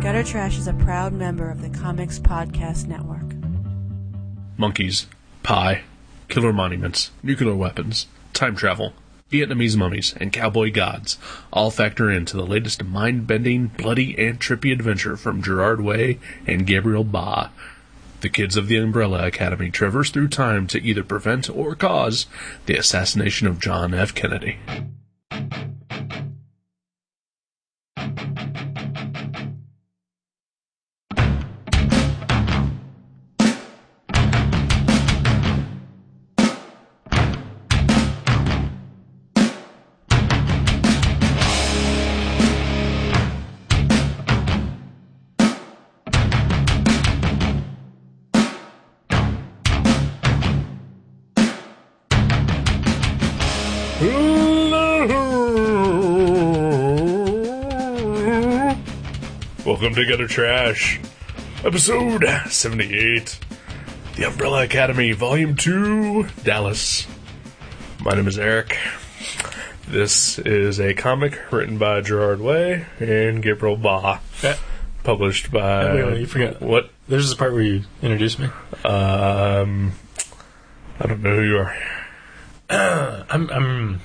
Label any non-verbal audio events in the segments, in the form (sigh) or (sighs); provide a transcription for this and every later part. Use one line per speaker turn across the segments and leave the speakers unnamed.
Gutter Trash is a proud member of the Comics Podcast Network.
monkeys, pie, killer monuments, nuclear weapons, time travel, Vietnamese mummies, and cowboy gods all factor into the latest mind bending, bloody, and trippy adventure from Gerard Way and Gabriel Ba. The kids of the Umbrella Academy traverse through time to either prevent or cause the assassination of John F. Kennedy. Welcome to Gutter Trash, episode 78, The Umbrella Academy, Volume 2, Dallas. My name is Eric. This is a comic written by Gerard Way and Gabriel Ba,
Uh,
published by.
Wait, wait, you forgot.
What?
There's this part where Uh, you introduced me.
Um, I don't know who you are.
I'm, I'm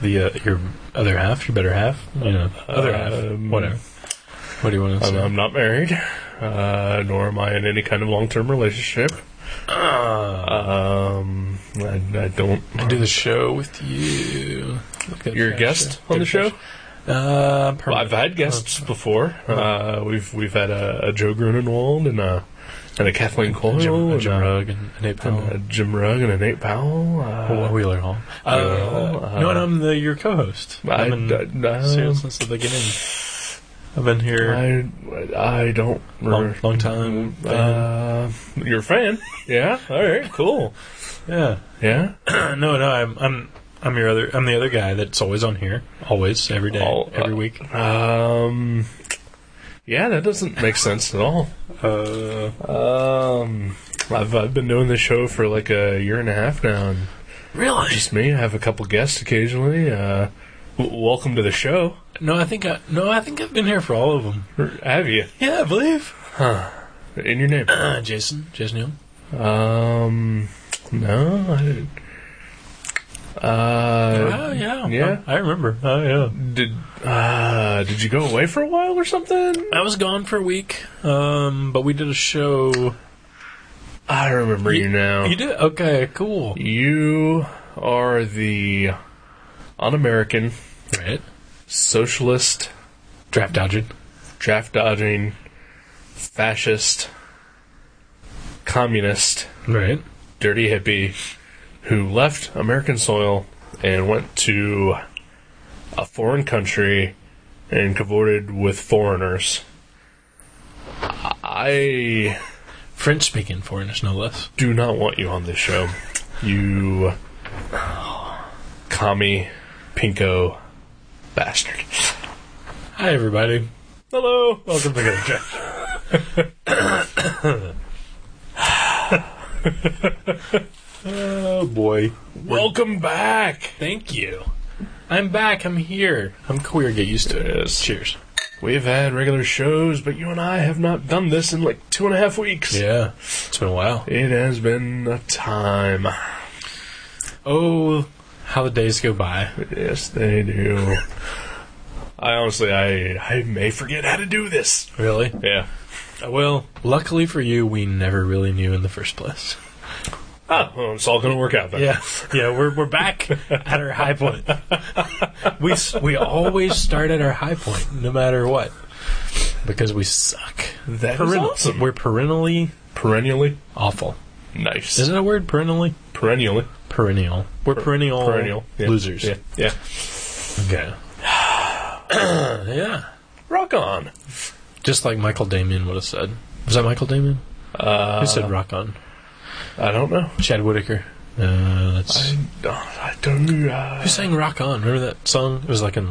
the uh, your other half, your better half, you know, the other
Um,
half, whatever. What do you want to
I'm,
say?
I'm not married, uh, nor am I in any kind of long-term relationship. Um, I, I don't.
I do the show with you. Look at
You're a
that
guest
show.
on the show.
Uh, uh-huh. permanent.
Well, I've had guests before. Uh, we've we've had a, a Joe Grunenwald and a and a Kathleen Coyle
Jim,
and,
Jim
a,
Rugg and Nate Powell.
and a Jim Rugg and a Nate Powell.
Wh-
Uh,
Wheeler Hall. Uh,
Wheeler Hall, uh,
no, and I'm the your co-host.
I-
I've been
I- I-
serial since the beginning. I've been here
I I don't
long,
remember.
long time. fan.
Uh,
um,
you're a fan? Yeah. All right. Cool.
yeah.
Yeah.
Uh, no, no, I'm I'm I'm your other I'm the other guy that's always on here, always every day,
All-
every
uh,
week.
Um. Yeah, that doesn't make sense at all.
Uh,
Um, I've, I've been doing this show for like a year and a half now, and
really?
just me. I have a couple guests occasionally. Uh, w- welcome to the show.
No, I think I no, I think I've been here for all of them.
R- Have you?
Yeah, I believe.
In your name?
Uh, Jason, Jason Neal.
Um, no. I didn't.
oh
Uh,
yeah,
yeah.
I, I remember. Oh yeah.
did uh, did you go away for a while or something?
I was gone for a week, um, but we did a show.
I remember you, now.
You did okay, cool.
you are the un-American
Right,
socialist
draft dodging.
draft dodging, fascist, communist,
Right.
dirty hippie who left American soil and went to a foreign country and cavorted with foreigners. I
French speaking foreigners, no less.
do not want you on this show. You commie pinko bastard.
Hi, everybody.
Hello.
Welcome to Good Trash. (laughs) oh boy!
Welcome back.
Thank you. I'm back. I'm here. I'm queer. Get used to it.
Yes.
Cheers.
We've had regular shows, but you and I have not done this in like two and a half weeks.
Yeah, it's been a while.
It has been a time.
Oh, how the days go by.
Yes, they
(laughs)
do. I honestly, I I may forget how to do this.
Really?
Yeah.
Well, luckily for you, we never really knew in the first place.
Oh, well, it's all going to work out then.
Yeah, (laughs) yeah, we're we're back at our high point. we s- we always start at our high point, no matter what, because we suck.
That is
Perennial-
awesome.
We're perennially
Perennially,
awful.
nice.
Isn't that a word? Perennially.
Perennially,
Perennial. We're perennial.
perennial Yeah.
losers.
Yeah. yeah. (clears throat)
Okay. yeah.
Rock on.
Just like Michael Damien would have said. Was that Michael Damien?
Uh,
Who said rock on?
I don't know.
Chad Whitaker. Uh, that's.
I, don't- I don't. Uh,
who sang Rock On? Remember that song? It was like in.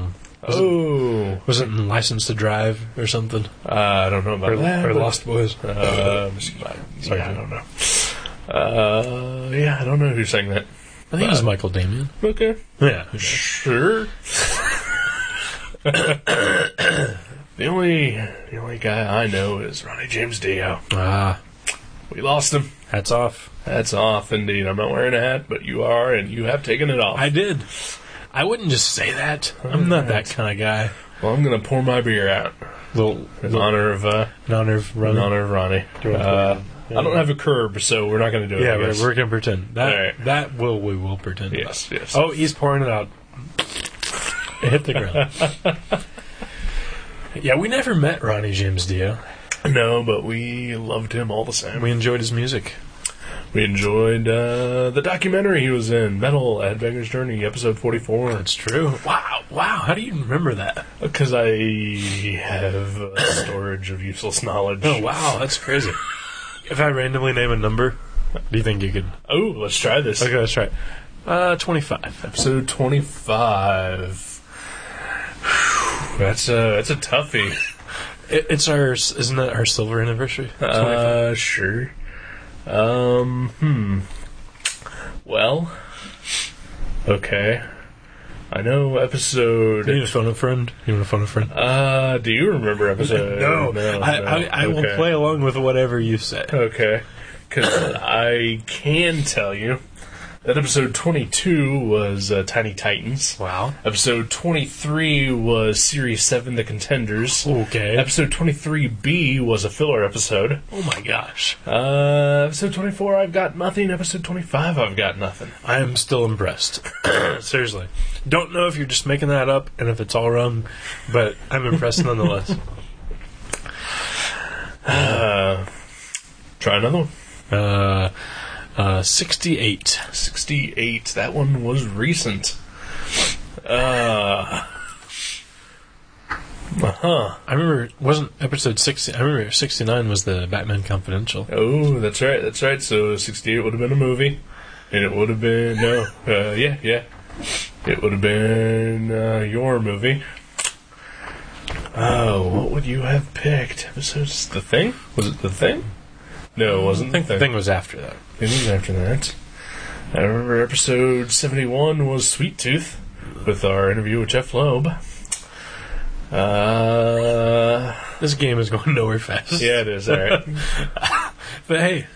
Was, it,
oh,
was it in License to Drive or something?
uh, I don't know about
Or,
that.
or
but-
Lost Boys?
(laughs) Um,
Sorry,
yeah, I
Jim.
don't know. Uh, yeah, I don't know who sang that.
I think it was Michael Damien.
Okay,
Yeah.
sure. (coughs) The only the only guy I know is Ronnie James Dio.
Ah,
We lost him.
hats off.
That's off indeed. I'm not wearing a hat, but you are, and you have taken it off.
I did. I wouldn't just say that. I'm not that kind of guy.
well, I'm gonna pour my beer out
Little,
in honor of uh,
in honor of
in
running.
honor of Ronnie.
you want to
Uh,
pour it?
I don't have a curb, so we're not gonna do it.
Yeah,
I
we're,
guess.
we're gonna pretend that
All right.
that will we will pretend.
Yes,
about.
yes.
Oh, he's pouring it out. It hit the ground. (laughs) yeah, we never met Ronnie James Dio.
no, but we loved him all the same.
We enjoyed his music.
We enjoyed uh, the documentary he was in, Metal Headbanger's Journey, episode 44.
That's true. Wow, wow. How do you remember that?
Because Uh, I have uh, storage of useless knowledge.
Oh, wow, that's crazy. (laughs) if I randomly name a number, do you think you could?
Oh, let's try this.
Okay, let's try. It. Uh, twenty-five.
Episode 25. Whew, (sighs) That's a that's a toughie.
It, it's our, isn't that our silver anniversary? 25.
Uh, sure. Um, hmm. Well, okay. I know
Do you
episode.
need to phone a friend? You want to phone a friend?
Uh, do you
(laughs)
remember episode?
I,
no.
I, I will
Okay.
play along with whatever you say.
Okay. Because I can tell you that episode 22 was uh, Tiny Titans.
Wow.
Episode 23 was Series 7 The Contenders.
Okay.
Episode 23B was a filler episode.
Oh my gosh.
Uh, episode 24, I've got nothing. Episode 25, I've got nothing.
I am still impressed. (coughs) Seriously. Don't know if you're just making that up and if it's all wrong, but I'm (laughs) impressed nonetheless.
Uh, try another one.
Uh, uh, 68.
68. That one was recent. Uh. Huh.
I remember, it wasn't episode 60. I remember 69 was the Batman Confidential.
Oh, that's right, that's right. So 68 would have been a movie, and it would have been, no, uh, yeah, yeah. It would have been uh, your movie. Oh, what would you have picked? Episodes The Thing? Was it The Thing? No, it wasn't
I think
The
the
Thing.
thing was after that.
It was after that. I remember episode 71 was Sweet Tooth with our interview with Jeff Loeb. Uh,
This game is going nowhere fast.
yeah, it is, alright.
But hey,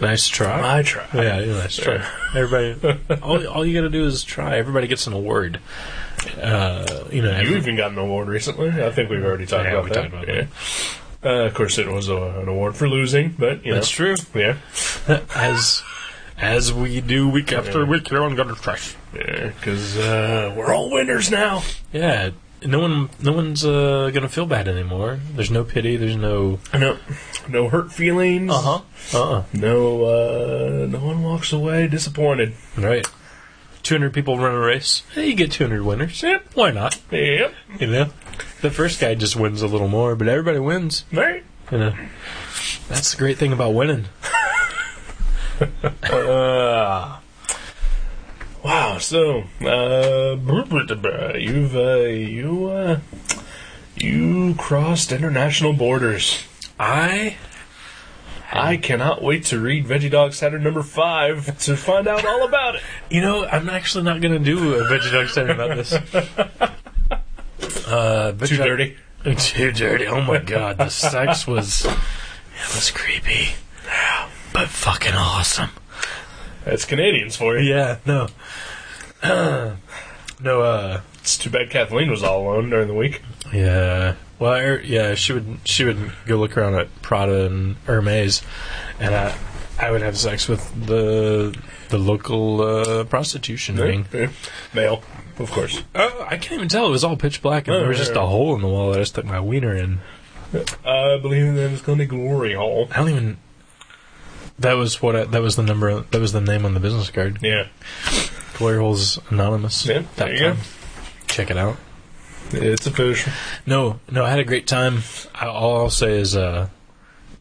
nice try.
I try.
Yeah, yeah, that's true. (laughs) Everybody, all, all you got to do is try. Everybody gets an award. Uh, you know,
You
every-
even got an award recently. I think we've already talked
Yeah,
about
we
that.
talked about
Yeah. Uh, of course, it was a, an award for losing, but you
that's
know,
true.
Yeah,
(laughs) As as we do week after week here on Gutter Trash.
yeah, because uh, we're all winners now.
Yeah, no one, no one's uh, gonna feel bad anymore. There's no pity. There's no.
No, no hurt feelings.
Uh uh
No, uh, no one walks away disappointed.
Right. Two hundred people run a race. Hey, you get two hundred winners. Yep. Why not?
Yep.
You know, the first guy just wins a little more, but everybody wins.
Right.
You know, that's the great thing about winning.
Uh, wow. So, uh, (laughs) you've uh, you uh, you crossed international borders.
I
I cannot wait to read Veggie Dog Saturn number five to find out all about it.
You know, I'm actually not going to do a Veggie Dog Saturday about this. Uh, Veggie
Too
Dog-
dirty.
(laughs) Too dirty. Oh my god, the sex was it was creepy, but fucking awesome.
That's Canadians for you.
Yeah, no, (clears throat) no. Uh,
It's too bad Kathleen was all alone during the week.
yeah. Well, I, yeah, she would she would go look around at Prada and Hermes, and I I would have sex with the the local uh, prostitution ring.
Yeah. Male, of course.
Oh, I can't even tell. It was all pitch black, and
Oh,
there was
yeah,
just
yeah.
a hole in the wall that I stuck my wiener in.
I believe in them. Uh, It's called a glory hole.
I don't even. That was what. I, that was the number. That was the name on the business card.
Yeah.
Glory holes anonymous.
Yeah, there you go.
Check it out.
It's official.
No, no, I had a great time. I, all I'll say is, uh,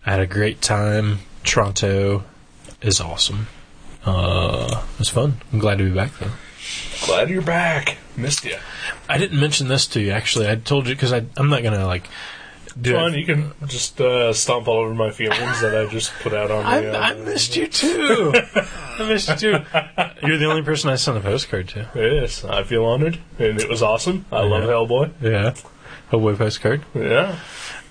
I had a great time. Toronto is awesome. Uh, it was fun. I'm glad to be back though.
Glad you're back. Missed you.
I didn't mention this to you actually. I told you because I'm not gonna like. Do
Fun.
it.
You can just uh, stomp all over my feelings that I just put out on
I,
the.
I
Uh,
missed you too. I missed you too. You're the only person I sent a postcard to.
yes, I feel honored, and it was awesome. I love
Yeah.
Hellboy.
Yeah. Hoboy postcard.
Yeah.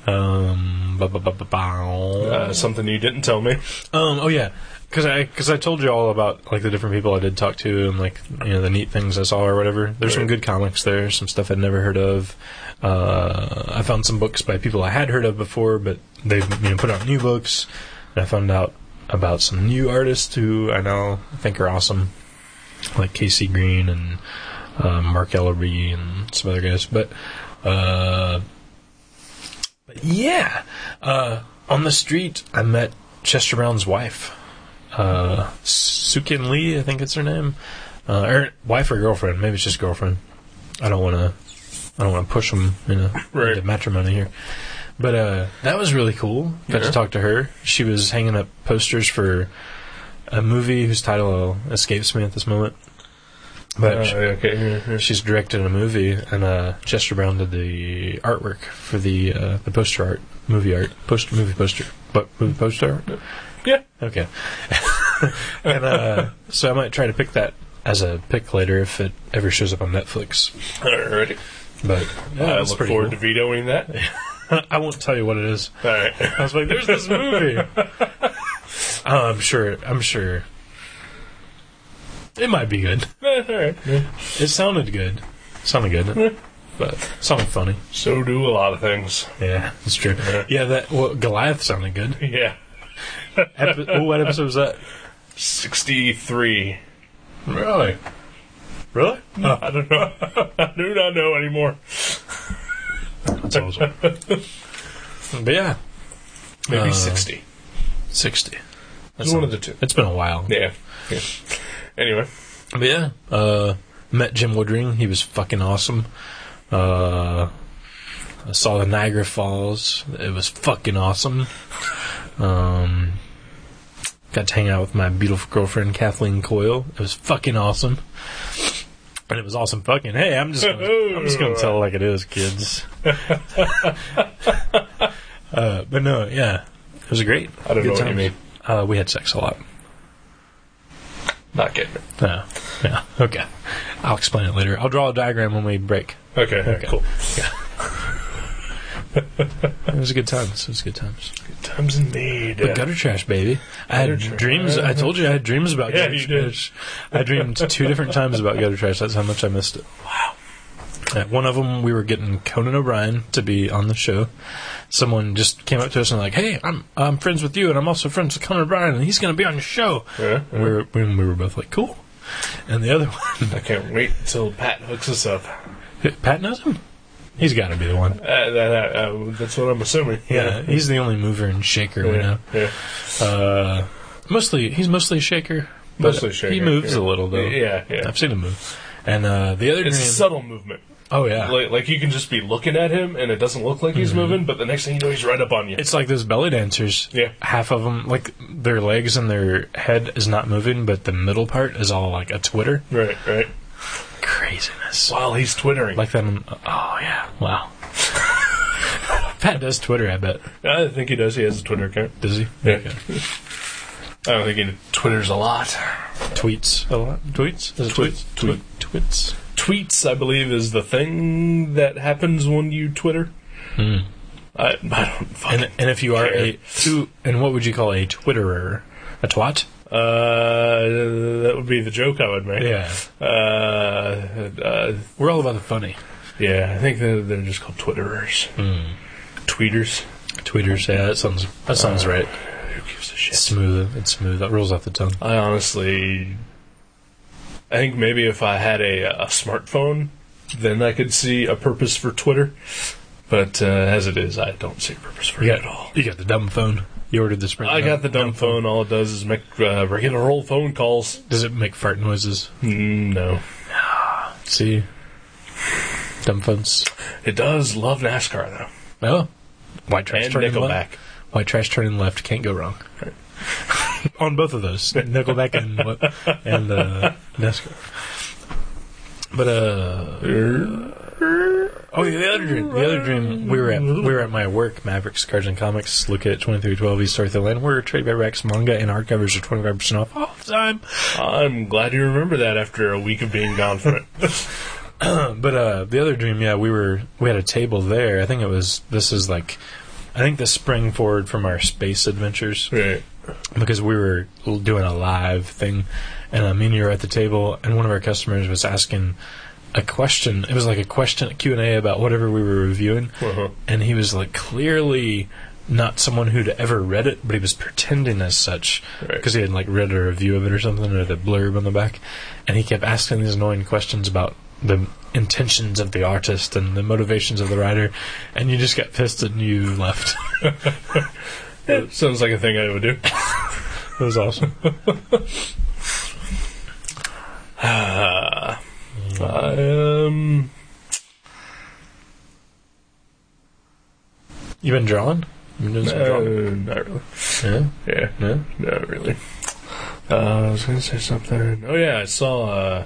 Um, ba- ba- ba- ba- bow.
Uh, something you didn't tell me.
Um. Oh yeah, because I because I told you all about like the different people I did talk to and like you know the neat things I saw or whatever. There's some
Right.
good comics there. Some stuff I'd never heard of. Uh, I found some books by people I had heard of before, but they've you know put out new books. And I found out about some new artists who I know I think are awesome, like Casey Green and uh, Mark Ellerby and some other guys. But uh, but yeah, uh, on the street I met Chester Brown's wife, uh, Sukin Lee, I think it's her name, uh, or wife or girlfriend. Maybe it's just girlfriend. I don't want to. I don't want to push them
(laughs)
into,
Right.
into matrimony here. But uh, that was really cool. Got
Yeah.
to talk to her. She was hanging up posters for a movie whose title escapes me at this moment. But
Uh, okay. here, here.
She's directed a movie, and uh, Chester Brown did the artwork for the uh, the poster art, movie art, post movie poster, but movie poster art.
Yeah.
Okay. (laughs) and uh, so I might try to pick that as a pick later if it ever shows up on Netflix.
Alrighty.
But
I look forward to vetoing
(laughs)
that.
to. I won't tell you what it
(laughs)
is.
Alright.
I was like, "There's this movie." oh, I'm sure. I'm sure. It might
(laughs)
be good.
Alright.
It sounded good. Sounded good. But sounded funny.
So do a lot of things.
Yeah, that's true. Yeah, that well, Goliath sounded good.
Yeah.
Epi- oh, what episode was that?
63.
Really? Really?
I don't know. (laughs) I do not know anymore.
That's awesome. but yeah,
Maybe
Uh,
60.
sixty.
It's one of the two.
It's been a while.
Yeah. yeah. Anyway.
But yeah, uh, met Jim Woodring. He was fucking awesome. Uh, I saw the Niagara Falls. It was fucking awesome. Um, got to hang out with my beautiful girlfriend Kathleen Coyle. It was fucking awesome. And it was awesome fucking. Hey, I'm just gonna, I'm just gonna tell it like it
(laughs)
is, kids. uh, but no, yeah, it was great.
I don't
Good
know what you
times.
mean.
Uh, we had sex a lot.
Not getting it.
Yeah. Yeah. Okay. I'll explain it later. I'll draw a diagram when we break.
Okay.
Okay.
Cool.
(laughs) It was a good times. It was good times.
Good times indeed.
But gutter trash, baby. I had
trash.
dreams. I told you I had dreams about
Yeah,
gutter
you did.
trash. I dreamed two different times about gutter trash. That's how much I missed it. Wow. one of them, we were getting Conan O'Brien to be on the show. Someone just came up to us and like, "Hey, I'm I'm friends with you, and I'm also friends with Conan O'Brien, and he's going to be on your show."
Yeah,
And We were we we were both like, "Cool." And the other (laughs) one,
I can't wait until Pat hooks us up.
Pat knows him. He's got to be the one.
Uh, that, uh, uh, that's what I'm assuming.
Yeah, he's the only mover and shaker we
Yeah.
know.
yeah.
Uh, mostly, he's mostly a shaker. but
Mostly shaker,
He moves
yeah.
a little though.
Yeah, yeah.
I've seen him move. And uh, the other
It's a
dream,
subtle movement.
oh yeah,
Like, like you can just be looking at him and it doesn't look like he's moving, but the next thing you know, he's right up on you.
Mm-hmm. it's like those belly dancers.
Yeah.
half of them, like their legs and their head is not moving, but the middle part is all like a twitter.
right, right.
Craziness.
While he's twittering,
Like that. on- Oh yeah, wow. (laughs) Pat does Twitter, I bet.
I think he does. He has a Twitter account.
Does he?
Yeah. (laughs) I don't think he twitters a lot.
Tweets a lot. Tweets. Is it
Tweet-
tweets?
tweet.
Tweets.
Tweets, I believe, is the thing that happens when you Twitter.
Hmm.
I, I don't fucking.
And, and if you are a
Care.
who, and what would you call a Twitterer? A twat?
Uh, that would be the joke I would make.
Yeah.
Uh, uh,
We're all about the funny.
yeah, I think they're, they're just called Twitterers. Tweeters.
Tweeters, Hmm. yeah, that sounds that sounds right.
Who gives a
Uh, It's
shit?
smooth. It's smooth. That rolls off the tongue.
I honestly, I think maybe if I had a, a smartphone, then I could see a purpose for Twitter. But uh, as it is, I don't see a purpose for
You
it
got
at all.
You got the dumb phone. You ordered the spring.
I
dumb-
got the dumb phone. All it does is make uh, regular old phone calls.
Does it make fart noises?
Mm, no,
See, dumb phones.
it does love NASCAR though,
Oh, white trash
and
turning
Nickelback.
left. White trash turning left can't go wrong. On both of those, Nickelback and what- and uh, NASCAR. But uh, Oh yeah, the other dream. The other dream. We were at we were at my work, Mavericks Cards and Comics. Look at twenty three twelve East Arthur Lane. We're trade paperbacks, manga, and hardcovers are twenty five percent off all the time.
I'm glad you remember that after a week of being gone from it.
but uh, the other dream, yeah, we were we had a table there. I think it was this is like, I think this spring forward from our space adventures
(laughs) Right.
because we were l- doing a live thing, and uh, me and you were at the table, and one of our customers was asking a question. It was like a question Q and A about whatever we were reviewing,
Uh-huh.
and he was like clearly not someone who'd ever read it, but he was pretending as such
Right.
because he had like read a review of it or something or the blurb on the back, and he kept asking these annoying questions about the intentions of the artist and the motivations of the writer, and you just got pissed and you left. (laughs)
That sounds like a thing I would do.
it was awesome.
Uh, um,
You been drawing? You been doing some
uh,
drawing?
not really.
Yeah,
Yeah,
yeah.
not really. Uh, I was going to say something. Oh, yeah, I saw uh,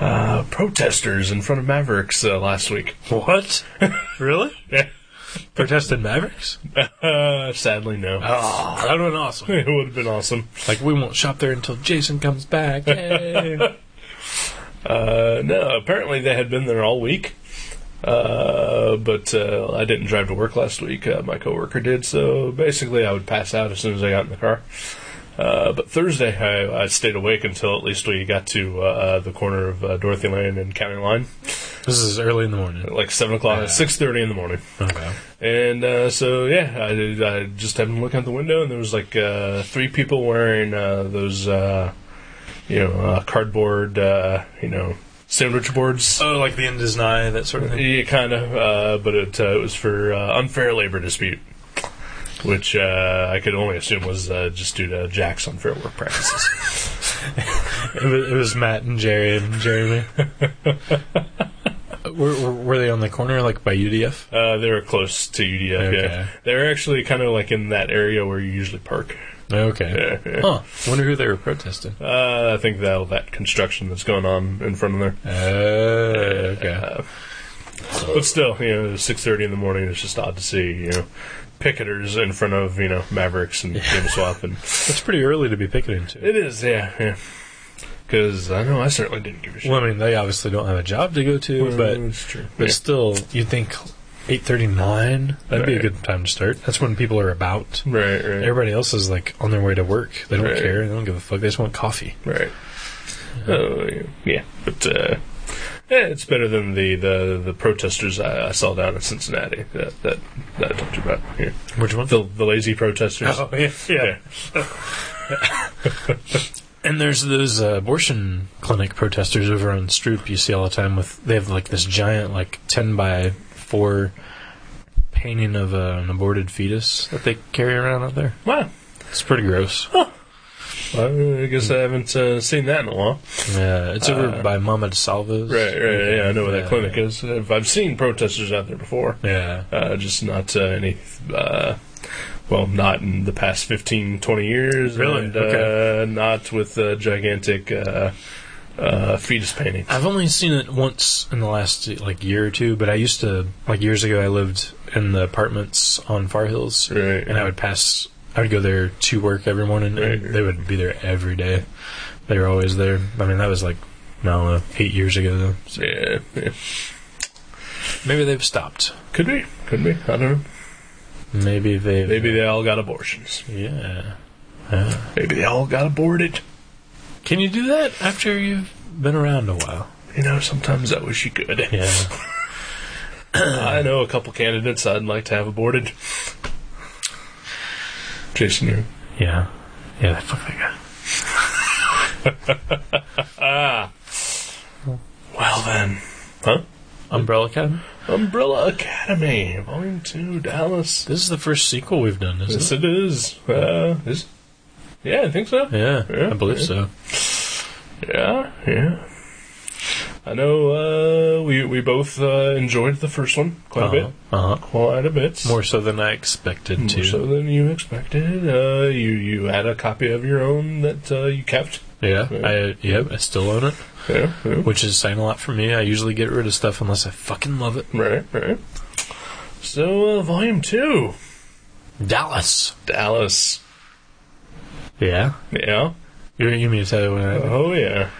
uh, protesters in front of Mavericks uh, last week.
What? really?
Yeah.
Protested Mavericks?
(laughs) Uh, sadly, no. (laughs)
Oh, that would have been awesome.
It would have been awesome.
Like, we won't shop there until Jason comes (laughs) back. Yay.
Uh, no, apparently they had been there all week. Uh, but uh, I didn't drive to work last week. Uh, my coworker did, so basically I would pass out as soon as I got in the car. Uh, but Thursday I, I stayed awake until at least we got to uh, the corner of uh, Dorothy Lane and County Line,
This is early in the morning.
at like seven o'clock, six thirty in the morning.
Okay.
And uh, so yeah, I, did- I just happened to look out the window, and there was like uh, three people wearing uh, those, uh, you know, uh, cardboard, uh, you know, sandwich boards.
Oh, like the end is nigh, that sort of thing.
Yeah, kind of, uh, but it, uh, it was for uh, unfair labor dispute, which uh, I could only assume was uh, just due to Jack's unfair work
(laughs)
practices.
(laughs) It was, it was Matt and Jerry and (laughs) Jeremy. were, were, were they on the corner, like by UDF?
uh, they were close to UDF.
Okay.
Yeah, they were actually kind of like in that area where you usually park.
Okay.
Yeah, yeah.
Huh. Wonder who they were protesting.
Uh, I think that all that construction that's going on in front of there.
Oh, okay.
Uh, but still, you know, six thirty in the morning. It's just odd to see you know picketers in front of you know Mavericks
(laughs)
and GameSwap and.
It's pretty early to be picketing, too.
It is, yeah, yeah. Because I know I certainly didn't give a shit.
Well, I mean, they obviously don't have a job to go to, but
it's true.
but still, you'd think eight thirty nine that'd be a good time to start. That's when people are about.
right, right,
Everybody else is like on their way to work. They don't
Right.
care. They don't give a fuck. They just want coffee.
right. Oh yeah, yeah. but uh, yeah, it's better than the the, the protesters I, I saw down in Cincinnati that that, that I talked about. Yeah.
Which one?
The the lazy protesters.
Oh, yeah, yeah. And there's those uh, abortion clinic protesters over on Stroop you see all the time with they have like this giant like ten by four painting of uh, an aborted fetus that they carry around out there.
Wow.
It's pretty gross.
Well, I guess I haven't uh, seen that in a while.
Yeah, it's over by Mama DeSalvo's.
Uh, Right, right. Yeah, I know where that
Yeah.
clinic is. I've, I've seen protesters out there before.
Yeah.
Uh, just not uh, any. Uh, well, not in the past 15, 20 years.
Really?
And,
Okay.
Uh, not with uh, gigantic uh, uh, fetus painting.
I've only seen it once in the last like year or two, but I used to like years ago I lived in the apartments on Far Hills
Right.
and I would pass I would go there to work every morning and
Right.
they would be there every day. They were always there. I mean that was like I don't know, eight years ago though.
Yeah, yeah.
Maybe they've stopped.
Could be. Could be. I don't know.
Maybe they
Maybe they all got abortions.
Yeah. Uh,
Maybe they all got aborted.
Can you do that after you've been around a while?
You know, sometimes I wish you could.
Yeah.
I know a couple candidates I'd like to have aborted. Jason, you
Yeah. Yeah, fuck that guy.
Well then. Huh?
Umbrella Academy?
Umbrella Academy, Volume 2, Dallas.
This is the first sequel we've done, isn't
Yes,
it?
it is. Uh, is yeah, I think so.
Yeah,
Yeah,
I believe
yeah.
so.
Yeah, yeah. I know uh, we we both uh, enjoyed the first one quite a
Uh-huh.
bit,
uh-huh.
quite a bit.
More so than I expected
More
to.
so than you expected. Uh, you you had a copy of your own that uh, you kept.
Yeah,
Yeah.
I yeah, I still own it,
Yeah, yeah.
which is saying a lot for me. I usually get rid of stuff unless I fucking love it.
right, right. So uh, Volume Two,
Dallas.
Dallas.
Yeah. Uh-huh.
Yeah.
You, you mean to tell you what I
Oh yeah.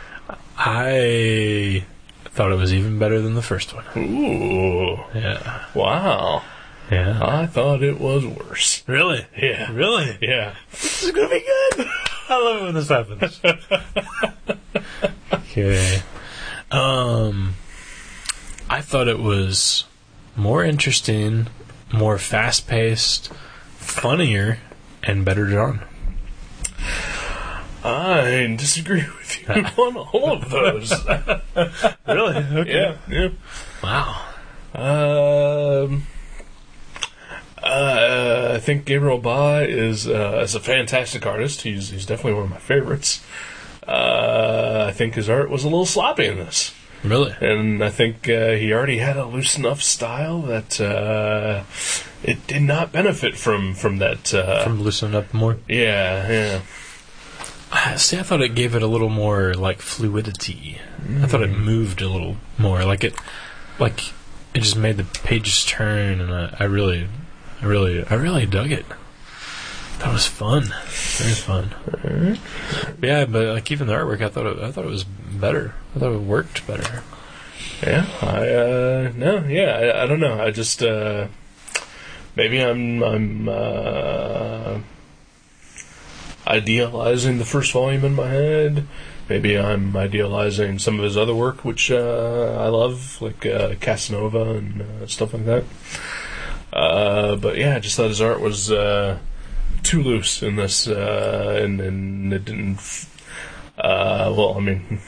I Thought it was even better than the first (laughs) one.
Ooh.
Yeah.
Wow.
Yeah.
I thought it was worse.
Really?
Yeah.
Really?
Yeah.
This is gonna be good. I love it when this happens. okay. Um, I thought it was more interesting, more fast-paced, funnier, and better done.
I disagree with you (laughs) on all of
(laughs)
those.
Really?
yeah. Yeah.
Wow.
Um, uh, I think Gabriel Ba is uh, is a fantastic artist. He's he's definitely one of my favorites. Uh, I think his art was a little sloppy in this,
Really?
and I think uh, he already had a loose enough style that uh, it did not benefit from from that. Uh,
From loosening up more.
yeah, yeah.
Ah, See, I thought it gave it a little more like fluidity. I thought it moved a little more. Like it, like it just made the pages turn, and I, I really, I really, I really dug it. That was fun. Very fun. Yeah, but like even the artwork, I thought it, I thought it was better. I thought it worked better.
Yeah, I uh, no, yeah, I, I don't know. I just uh, maybe I'm I'm uh, idealizing the first volume in my head. Maybe I'm idealizing some of his other work, which uh, I love, like uh, Casanova and uh, stuff like that. Uh, but yeah, I just thought his art was uh, too loose in this, uh, and and it didn't. f- Uh, well, I mean,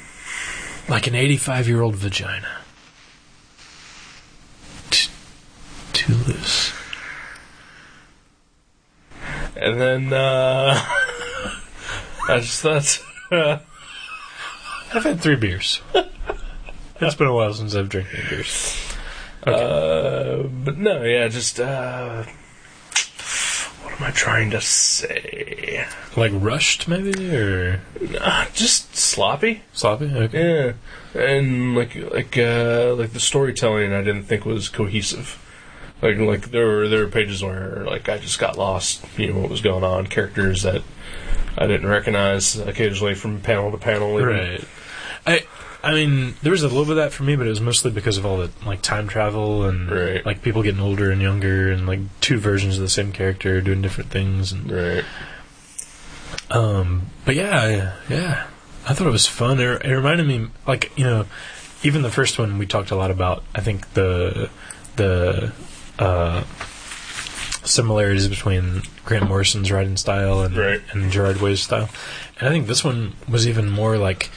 Like an eighty-five-year-old vagina. T- too loose.
And then uh, (laughs) I just thought uh,
I've had three beers. (laughs) it's been a while since I've drinking beers.
uh, but no, yeah, just uh, what am I trying to say?
Like rushed, maybe, or
Uh, just sloppy.
sloppy. Okay.
Yeah, and like like uh, like the storytelling, I didn't think was cohesive. Like like there were there were pages where like I just got lost. You know what was going on? Characters that I didn't recognize occasionally from panel to panel. even.
Right. I I mean, there was a little bit of that for me, but it was mostly because of all the like time travel and
Right.
like people getting older and younger and like two versions of the same character doing different things. And
Right.
um, but yeah, I- yeah, I thought it was fun. It, it reminded me, like you know, even the first one we talked a lot about. I think the the uh, similarities between Grant Morrison's writing style and
Right.
and Gerard Way's style, and I think this one was even more like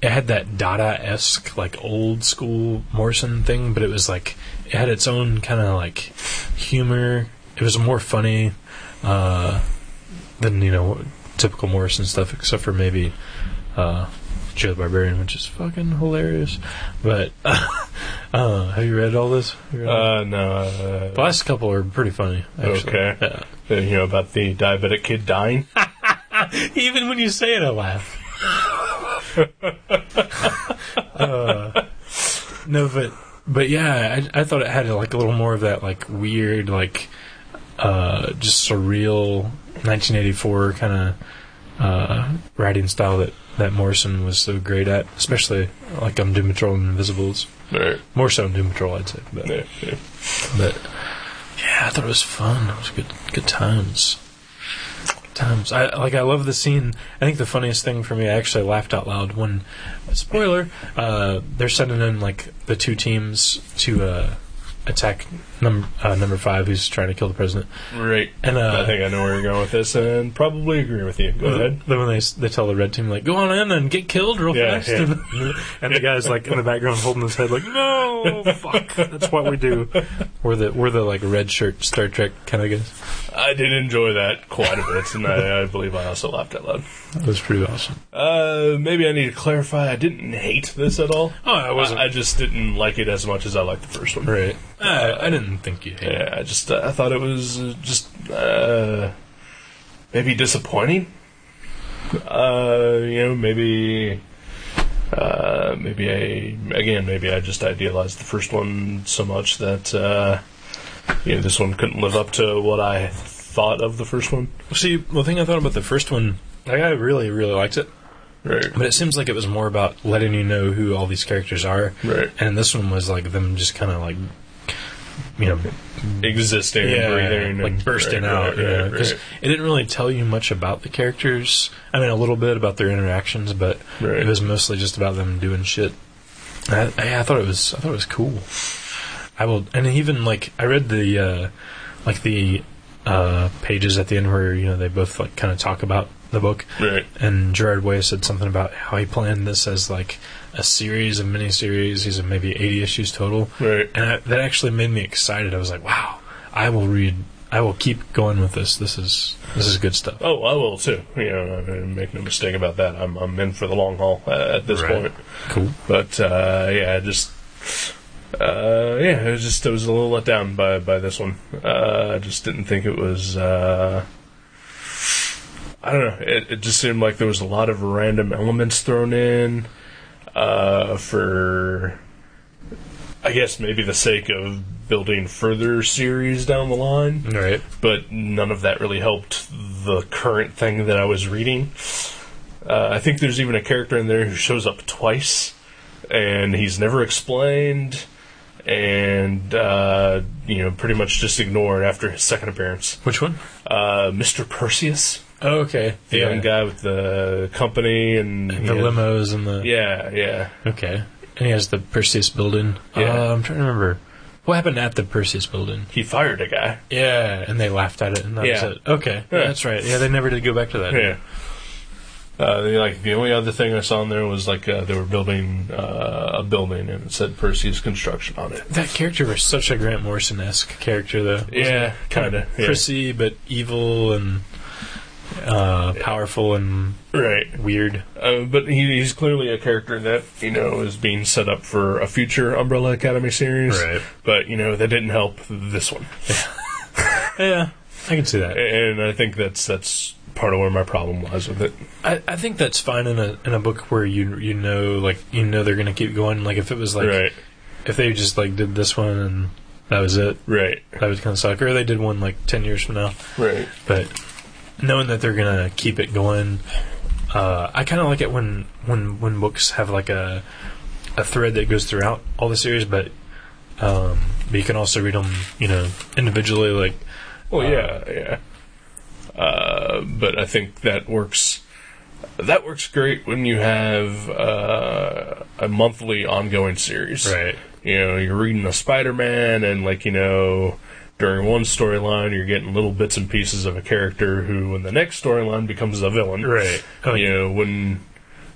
it had that Dada esque like old school Morrison thing, but it was like it had its own kind of like humor. It was more funny. Uh, than you know typical Morrison stuff, except for maybe uh, Joe the Barbarian, which is fucking hilarious. But (laughs) uh, have you read all this? You read all-
Uh, no. Uh,
the last couple are pretty funny. Actually.
Okay.
Yeah.
you know about the diabetic kid dying.
Even when you say it, I laugh. (laughs) Uh, no, but but yeah, I, I thought it had like a little more of that like weird, like uh, just surreal 1984 kind of uh, writing style that that Morrison was so great at, especially like on Doom Patrol and Invisibles.
(laughs) Right.
More so on Doom Patrol, I'd say. But,
Yeah, yeah.
but yeah, I thought it was fun. It was good, good times. Good times. I like. I love the scene. I think the funniest thing for me, I actually laughed out loud when, spoiler, uh, they're sending in like the two teams to uh, attack num- uh, number five, who's trying to kill the president.
Right.
And uh,
I think I know where you're going with this, and probably agree with you. Go ahead.
Then when they s- they tell the red team like go on in and get killed real
Yeah,
fast,
yeah.
and, (laughs) and the guy's like in the background holding his head like no fuck that's what
(laughs)
we do. We're the we're the like red shirt Star Trek kind of guys.
I did enjoy that quite a bit, and I, I believe I also laughed out loud.
That was pretty awesome.
Uh, maybe I need to clarify. I didn't hate this at all.
Oh, I wasn't.
I, I just didn't like it as much as I liked the first one.
right. I, I didn't think you hated. it.
Yeah, I just uh, I thought it was uh, just uh, maybe disappointing. Uh, you know, maybe uh, maybe I again maybe I just idealized the first one so much that uh, you know this one couldn't live up to what I thought of the first one.
See, the thing I thought about the first one, like, I really really liked it,
Right.
But it seems like it was more about letting you know who all these characters are.
Right.
And this one was like them just kind of like, you know,
Existing and breathing.
like
and,
bursting
right,
out.
Right,
you know,
right,
'cause
right.
it didn't really tell you much about the characters. I mean, a little bit about their interactions, but
Right.
it was mostly just about them doing shit. I, I, I thought it was. I thought it was cool. I will, and even like I read the, uh, like the uh, pages at the end where you know they both like kind of talk about the book.
Right.
And Gerard Way said something about how he planned this as like a series of miniseries. He's maybe 80 issues total.
Right.
And I, that actually made me excited. I was like, wow, I will read. I will keep going with this. This is this is good stuff.
Oh, I will too. You know, I mean, make no mistake about that. I'm I'm in for the long haul uh, at this
Right.
point.
Cool.
But uh, yeah, I just uh, yeah, it was just I was a little let down by by this one. Uh, I just didn't think it was. Uh, I don't know. It, it just seemed like there was a lot of random elements thrown in uh, for. I guess maybe the sake of building further series down the line
All right.
but none of that really helped the current thing that I was reading. Uh, I think there's even a character in there who shows up twice, and he's never explained, and uh, you know, pretty much just ignored after his second appearance.
Which one?
Uh, Mr. Perseus,
Oh, okay.
the
Yeah.
young guy with the company and
The
he had-
limos and the
Yeah, yeah.
okay. And he has the Perseus building.
Yeah.
Uh, I'm trying to remember what happened at the Perseus building.
He fired a guy.
Yeah, and they laughed at it, and that
Yeah.
was it. Okay,
Yeah.
that's right. Yeah, they never did go back to that.
Yeah. Uh, they, like the only other thing I saw in there was like uh, they were building uh, a building and it said Perseus Construction on it.
That character was such a Grant Morrison esque character, though.
Yeah,
kind of
yeah.
prissy but evil and uh, powerful and
Right,
weird.
uh, but he, he's clearly a character that you know is being set up for a future Umbrella Academy series.
Right.
But you know that didn't help this one,
Yeah, I can see that.
and I think that's that's part of where my problem was with it.
I, I think that's fine in a in a book where you you know like you know they're gonna keep going. Like if it was like
right,
if they just like did this one and that was it,
right,
that would kind of suck. Or they did one like ten years from now.
right.
but knowing that they're gonna keep it going, uh, I kind of like it when when when books have like a a thread that goes throughout all the series, but um, but you can also read them, you know, individually. Like,
Well,
Uh,
yeah, yeah. Uh, but I think that works. That works great when you have uh, a monthly ongoing series.
Right.
You know, you're reading a Spider-Man, and like you know, during one storyline, you're getting little bits and pieces of a character who, in the next storyline, becomes a villain.
Right. Oh,
you
yeah.
know, when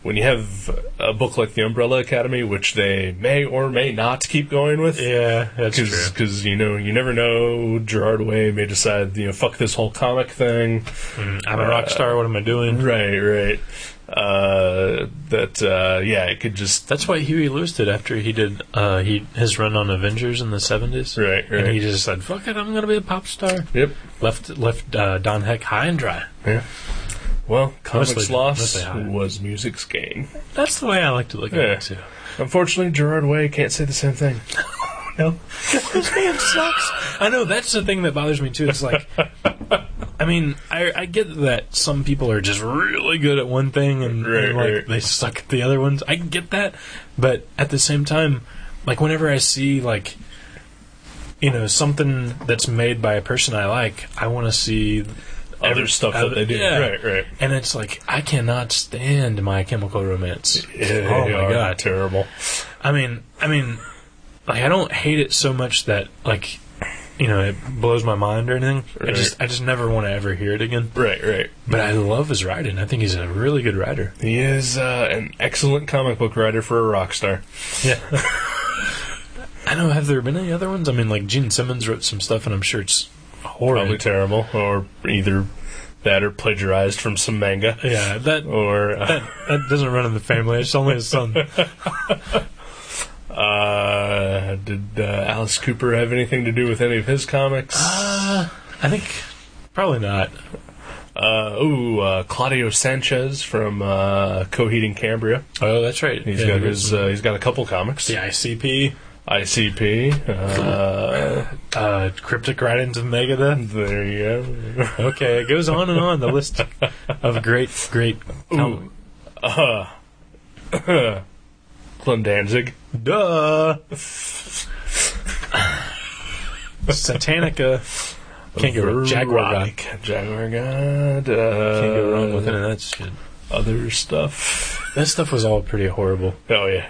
when you have a book like The Umbrella Academy, which they may or may not keep going with.
yeah, that's true.
Because you know, you never know. Gerard Way may decide, you know, fuck this whole comic thing.
I'm a rock star. What am I doing?
uh, Right, right. Uh, that uh, yeah, it could just
That's why Huey Lewis did after he did uh, he his run on Avengers in the '70s.
right, right.
And he just said, "Fuck it, I'm gonna be a pop star."
yep.
Left left uh, Don Heck high and dry.
Yeah. Well, comics
Mostly-
loss
mostly high.
was music's gain.
That's the way I like to look at
Yeah.
it too.
Unfortunately, Gerard Way can't say the same thing.
No. this man sucks. I know that's the thing that bothers me too. It's like, I mean, I, I get that some people are just really good at one thing and,
Right,
and, like
right.
they suck at the other ones. I get that, but at the same time, like whenever I see like you know something that's made by a person I like, I want to see
Other
every-
stuff that
other-
they do.
yeah.
Right, right.
And it's like I cannot stand my chemical romance. oh
They
my
are
god,
terrible.
I mean, I mean, like I don't hate it so much that like, you know, it blows my mind or anything. I
Right.
just, I just never want to ever hear it again.
Right, right.
But I love his writing. I think he's a really good writer.
He is uh, an excellent comic book writer for a rock star.
Yeah. (laughs) I know. Have there been any other ones? I mean, like Gene Simmons wrote some stuff, and I'm sure it's
Probably
horrible.
terrible, or either that or plagiarized from some manga.
yeah, that
Or uh,
that that doesn't run in the family. It's only his (laughs) son.
uh, did uh, Alice Cooper have anything to do with any of his comics?
Uh, I think probably not.
Uh, ooh, uh, Claudio Sanchez from uh, Coheed and Cambria.
Oh, that's right.
He's
Yeah,
got
he wrote
his.
some-
Uh, he's got a couple comics.
the ICP,
ICP. Uh,
uh, cryptic writings of Megadeth.
there you go.
Okay, it goes on and on. The list of great, great.
Ooh.
com-
Uh, (coughs) Glendanzig.
Duh. Satanica. Can't go wrong. Jaguar guy.
Veronica, Jaguar God. Uh,
Can't go wrong with any of that shit.
Other stuff.
That stuff was all pretty horrible.
Oh, yeah.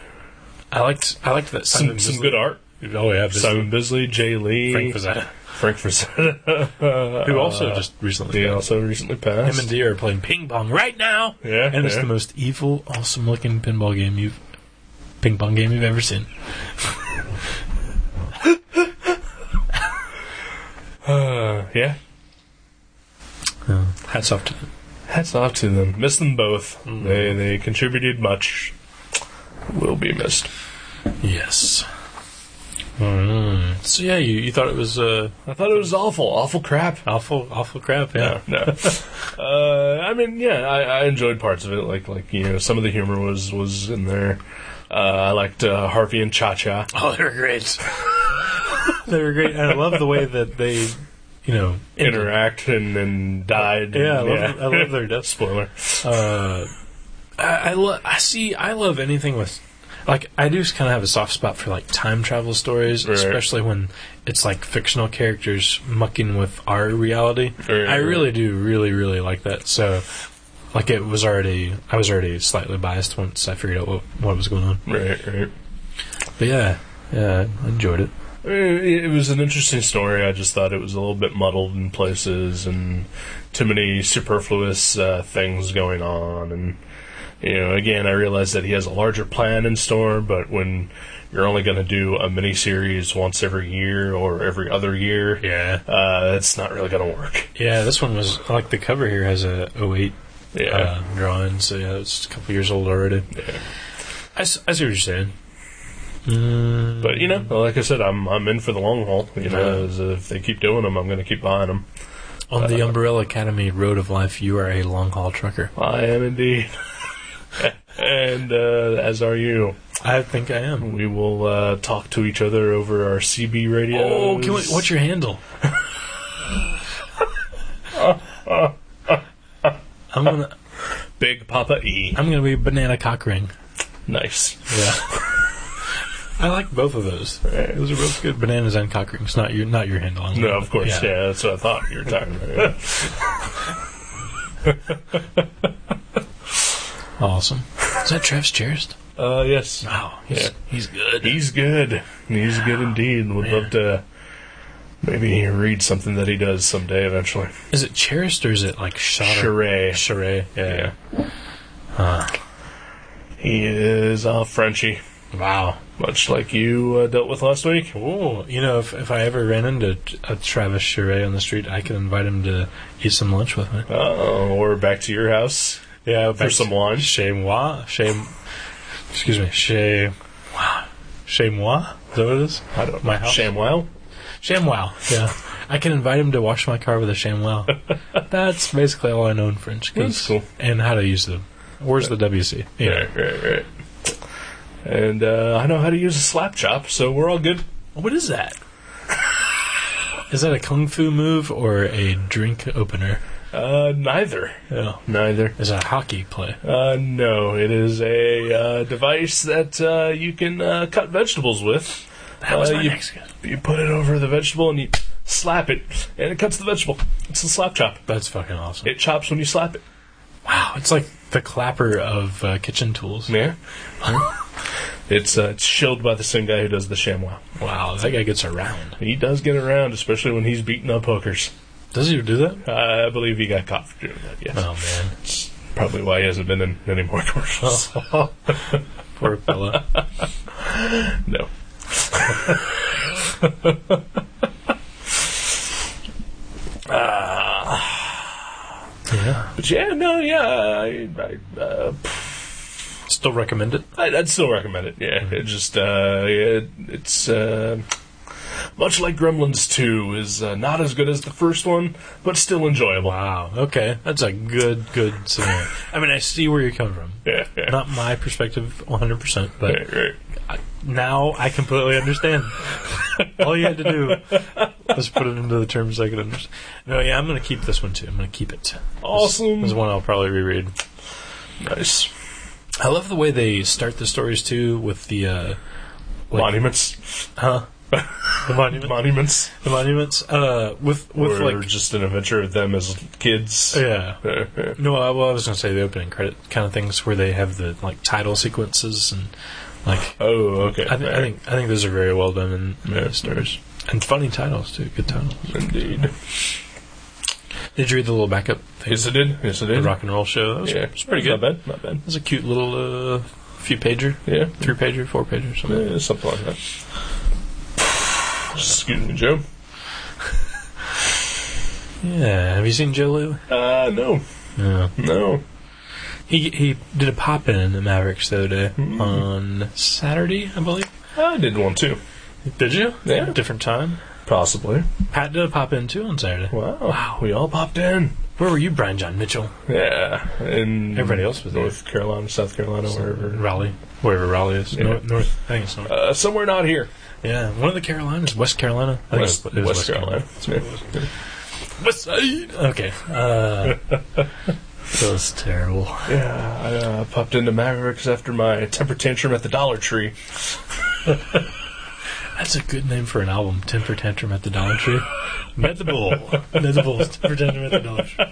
I liked. I liked that.
Some,
Simon
some
Bisley-
good art.
Oh yeah, Bisley.
Simon Bisley, Jay Lee.
Frank Frazetta,
Frank Frazetta.
(laughs)
Uh,
who Uh, also just recently.
He
died.
also recently passed.
Him and D are playing ping pong right now.
Yeah,
and it's
yeah.
the most evil, awesome looking pinball game you've ping pong game you've ever seen.
Uh, yeah.
Hats off to them. Mm.
Hats off to them. Miss them both. They they contributed much. Will be missed.
Yes. Mm. So yeah, you, you thought it was uh,
I thought it was awful. Awful crap.
awful awful crap.
No,
Yeah.
no.
(laughs)
uh, I mean, yeah, I, I enjoyed parts of it. Like, like you know, some of the humor was was in there. Uh, I liked uh, Harvey and Cha Cha.
Oh, they were great. (laughs) they were great, and I love the way that they, you know,
interact and then died.
Yeah, I
and,
love,
(laughs)
I love their death.
Spoiler.
Uh, I, I, lo- I see. I love anything with, like, I do kind of have a soft spot for like time travel stories,
Right.
especially when it's like fictional characters mucking with our reality.
Right, right.
I really do, really, really like that. So, like, it was already, I was already slightly biased once I figured out what what was going on.
Right, right.
But yeah, yeah, I enjoyed it.
I mean, It it was an interesting story. I just thought it was a little bit muddled in places and too many superfluous uh, things going on. And, you know, again, I realized that he has a larger plan in store, but when you're only going to do a miniseries once every year or every other year,
Yeah,
uh, that's not really going to work.
yeah. This one was like the cover here has a 08
Yeah.
uh, drawing, so yeah, it's a couple years old already.
yeah.
I, s- I see what you're saying. Mm.
But, you know, like I said, I'm, I'm in for the long haul. You know, as if they keep doing them, I'm going to keep buying them.
On the
uh,
Umbrella Academy Road of Life, you are a long haul trucker.
I am indeed. (laughs) and uh, as are you.
I think I am.
We will uh, talk to each other over our CB radio.
Oh, can we, what's your (laughs) handle? I'm gonna,
Big Papa E?
I'm gonna be banana cock ring.
Nice.
(laughs) Yeah, I like both of those. Those are both good. Bananas and cock rings. Not your, not your handle. I'm
No,
gonna-
of course. Yeah, that's what I thought you were talking
(laughs)
about.
awesome. Is that Travis Cherist?
Uh, yes,
Wow, he's,
Yeah.
he's good.
he's good. He's good indeed. Would love to maybe read something that he does someday eventually.
Is it Cherist or is it like Shotter?
Charay.
Charest.
Yeah.
Yeah.
He is a Frenchie,
Wow.
much like you uh, dealt with last week.
Oh, you know, if, if I ever ran into a Travis Charay on the street, I could invite him to eat some lunch with me.
Uh, or back to your house.
Yeah,
for some lunch.
Chez moi, chez, excuse me, chez, wow, chez moi. Is that what it is?
I don't
My house?
ShamWow.
ShamWow. Yeah, I can invite him to wash my car with
(laughs)
a ShamWow. That's basically all I know in French. 'cause-
That's cool.
And how to use them. Where's the WC? Yeah.
Right, right, right. And uh, I know how to use a slap chop, so we're all good.
What is that? Is that a kung fu move or a drink opener?
Uh, neither.
Yeah.
Neither.
Is that a hockey play?
Uh, no, it is a uh, device that uh, you can uh, cut vegetables with.
That was
Uh,
my
you,
next guess.
you put it over the vegetable and you slap it, and it cuts the vegetable. It's a slap chop.
That's fucking awesome.
It chops when you slap it.
wow, it's like the clapper of uh, kitchen tools.
Yeah. it's, uh, it's shilled by the same guy who does the ShamWow.
Wow, that guy gets around.
He does get around, especially when he's beating up hookers.
Does he do that?
I believe he got caught for doing that, yes.
Oh (laughs) man,
That's probably why he hasn't been in any more (laughs) commercials.
Oh. (laughs) poor fella. Oh.
no.
yeah,
But yeah, no, yeah, I, I, uh,
still recommend it.
I'd, I'd still recommend it. Yeah, it just uh, it, it's uh, much like Gremlins Two is uh, not as good as the first one, but still enjoyable.
Wow. Okay, that's a good, good scenario. I mean, I see where you're coming from.
Yeah, yeah.
Not my perspective, 100, percent but
Right, right.
I, now I
(laughs)
completely understand. All you had to do was put it into the terms I could understand. No, yeah, I'm gonna keep this one too. I'm gonna keep it.
Awesome.
This is one I'll probably reread.
Nice.
I love the way they start the stories too with the uh, Like-
monuments.
huh the monuments,
Monuments.
the monuments uh, with with
or
like Oh,
just an adventure of them as kids.
yeah.
Yeah.
No, I, well, I was going to say the opening credit kind of things where they have the like title sequences and like
(laughs) oh, okay.
I, th- I think I think those are very well done in, in
Yeah.
those stories and funny titles too. Good titles.
Indeed.
Did you read the little backup? Thing?
Yes, it did. Yes, it
the
did.
rock and roll show. That was,
yeah,
it was pretty
Not
good. It
bad. Not bad.
was a cute little uh, few pager,
Yeah.
three pager, four pager, something.
Yeah, something like that. Excuse me, Joe.
Yeah. Have you seen Joe Lou?
Uh, no,
Yeah.
no.
He he did a pop in the Mavericks the other day
Hmm.
on Saturday, I believe.
I did one too.
Did you?
Yeah.
Different time.
Possibly.
Pat did a pop in too on Saturday.
Wow. Wow. We all popped in.
Where were you, Brian John Mitchell?
Yeah. And
Everybody else was there.
North Carolina, South Carolina, wherever.
Raleigh, wherever Raleigh is.
Yeah.
North, north, I think it's north.
Uh, somewhere not here.
yeah, one of the Carolinas, West Carolina. I think
West,
it was- it was
West Carolina.
West Side. Okay. Uh, (laughs) that was terrible.
Yeah, I uh, popped into Mavericks after my temper tantrum at the Dollar Tree.
That's a good name for an album. Temper tantrum at the Dollar (laughs) Tree. Ned the Bull. Ned the Bull's temper tantrum at the Dollar Tree.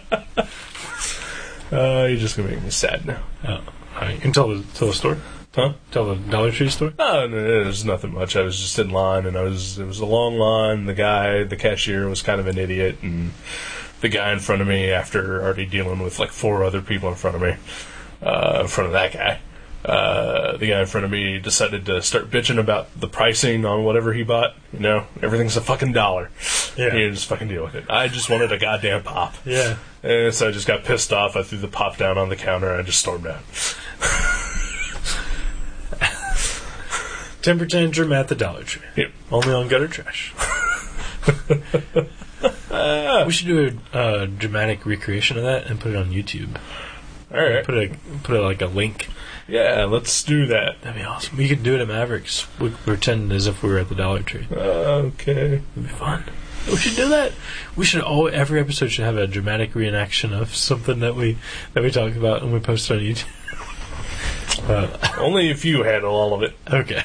Uh, you're just gonna make me sad now.
(laughs) Oh, all right. You can tell the tell the story.
Huh?
Tell the Dollar Tree story.
No, no, no, there's nothing much. I was just in line, and I was it was a long line. The guy, the cashier, was kind of an idiot, and the guy in front of me, after already dealing with like four other people in front of me, uh, in front of that guy, uh, the guy in front of me decided to start bitching about the pricing on whatever he bought. You know, everything's a fucking dollar.
Yeah.
you just fucking deal with it. I just wanted a goddamn pop.
Yeah.
And so I just got pissed off. I threw the pop down on the counter and I just stormed out.
Temper tantrum at the Dollar Tree.
Yep.
Only on gutter trash. (laughs) we should do a uh, dramatic recreation of that and put it on YouTube.
All right.
Put a put a, like a link.
Yeah, let's do that.
That'd be awesome. We could do it at Mavericks. We could pretend as if we were at the Dollar Tree.
Okay.
It'd be fun. We should do that. We should all every episode should have a dramatic reenaction of something that we that we talk about and we post it on YouTube. (laughs) Uh,
Only if you handle all of it.
okay.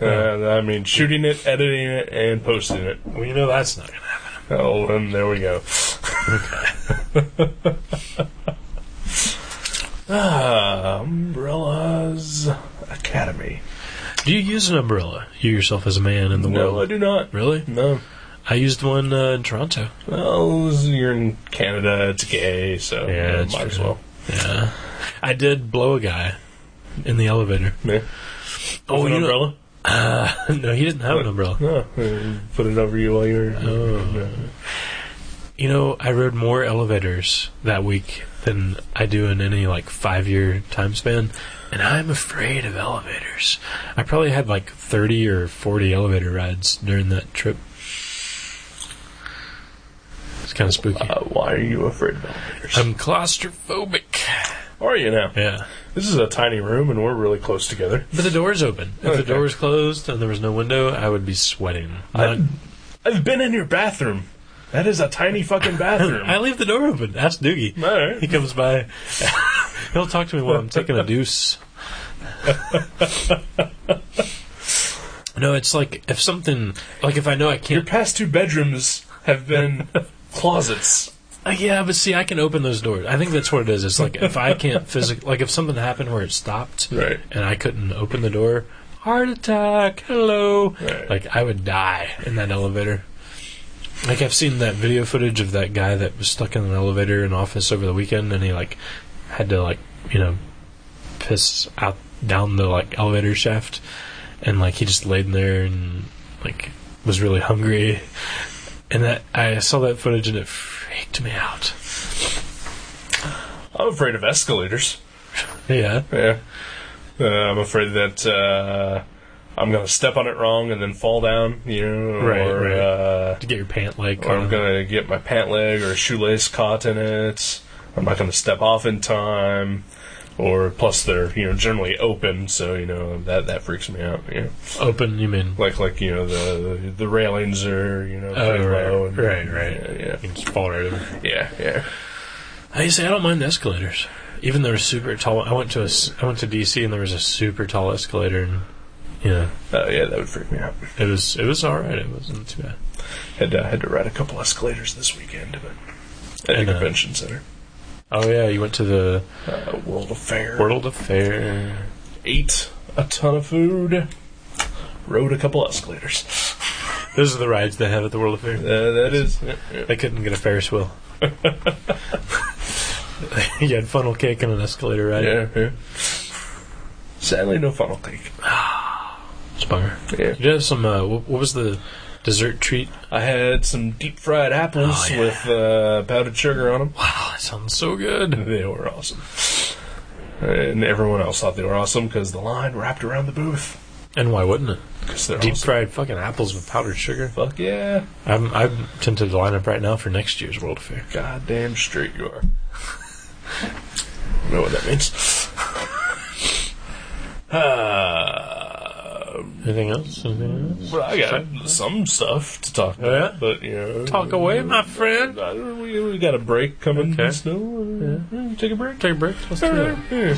Uh, I mean, shooting it, editing it, and posting it.
Well, you know that's not gonna happen.
Oh, and there we go. (laughs) ah, Umbrellas Academy.
Do you use an umbrella? You yourself as a man in the
No, I
world?
do not.
Really?
No.
I used one uh, in Toronto.
Well, you're in Canada. It's gay, so
Yeah,
uh,
that's
might as
true.
well.
Yeah. I did blow a guy in the elevator.
Yeah.
Oh,
With
you
an
know-
umbrella?
(laughs) no, he didn't have an umbrella.
No, uh, put it over you while you're.
Oh. You know, I rode more elevators that week than I do in any like five year time span, and I'm afraid of elevators. I probably had like 30 or 40 elevator rides during that trip. It's kind of spooky.
Uh, why are you afraid of elevators?
I'm claustrophobic.
are you now?
Yeah.
This is a tiny room, and we're really close together.
But the door's open. If
Okay.
the door was closed and there was no window, I would be sweating. Not-
I've been in your bathroom. That is a tiny
(laughs)
fucking bathroom.
I leave the door open. Ask Doogie.
All right.
He comes by. (laughs) He'll talk to me while I'm taking a deuce. no, it's like if something, like if I know I
Your
can't.
past two bedrooms have
(laughs)
been closets.
Uh, yeah, but see, I can open those doors. I think that's what it is. It's like if I can't physically, like if something happened where it stopped,
Right.
and I couldn't open the door, heart attack. Hello.
Right.
Like I would die in that elevator. Like I've seen that video footage of that guy that was stuck in an elevator in office over the weekend, and he like had to like you know piss out down the like elevator shaft, and like he just laid in there and like was really hungry, and that I saw that footage and it freaked me out.
I'm afraid of escalators.
Yeah.
Yeah. Uh, I'm afraid that uh, I'm going to step on it wrong and then fall down, you know,
Right,
or,
right.
Uh,
To get your pant um, leg.
or I'm
kinda-
going to get my pant leg or shoelace caught in it. I'm not going to step off in time. Or plus they're you know generally open, so you know that that freaks me out. You know.
open. You mean?
like like you know the the railings are you know pretty
Oh, right,
low and,
right, right.
yeah
You can just fall right over.
yeah yeah, yeah.
I say I don't mind the escalators, even there was super tall. I went to a s I went to DC and there was a super tall escalator, and you know,
Oh yeah, that would freak me out.
it was it was all right. It wasn't too bad.
Had to, had to ride a couple escalators this weekend, but at
And,
the
uh,
convention center,
Oh yeah, you went to the
uh, World of Fair.
World of Fair.
Ate a ton of food. Rode a couple escalators.
Those are the rides they have at the World of Fair.
Uh, that is.
They couldn't get a Ferris wheel. (laughs) you had funnel cake and an escalator ride.
Yeah, yeah. Sadly, no funnel cake.
It's a bummer.
Yeah.
You did have some. Uh, what, what was the dessert treat?
I had some deep fried apples
Oh, yeah.
with uh, powdered sugar on them.
Wow, that sounds so good.
They were awesome. And everyone else thought they were awesome because the line wrapped around the booth.
And why wouldn't it?
Because they're
Deep
awesome.
fried fucking apples with powdered sugar.
Fuck yeah.
I'm Um, I'm tempted to line up right now for next year's World Fair.
Goddamn straight you are. (laughs) know what that means. (sighs) Uh,
Anything else? Anything else?
well, I got some stuff to talk about,
Oh, Yeah?
but you know,
Talk away, my friend.
I don't know, we, we got a break coming.
Okay.
Still, uh, yeah, take a break.
Take a break. Let's do that.
Yeah.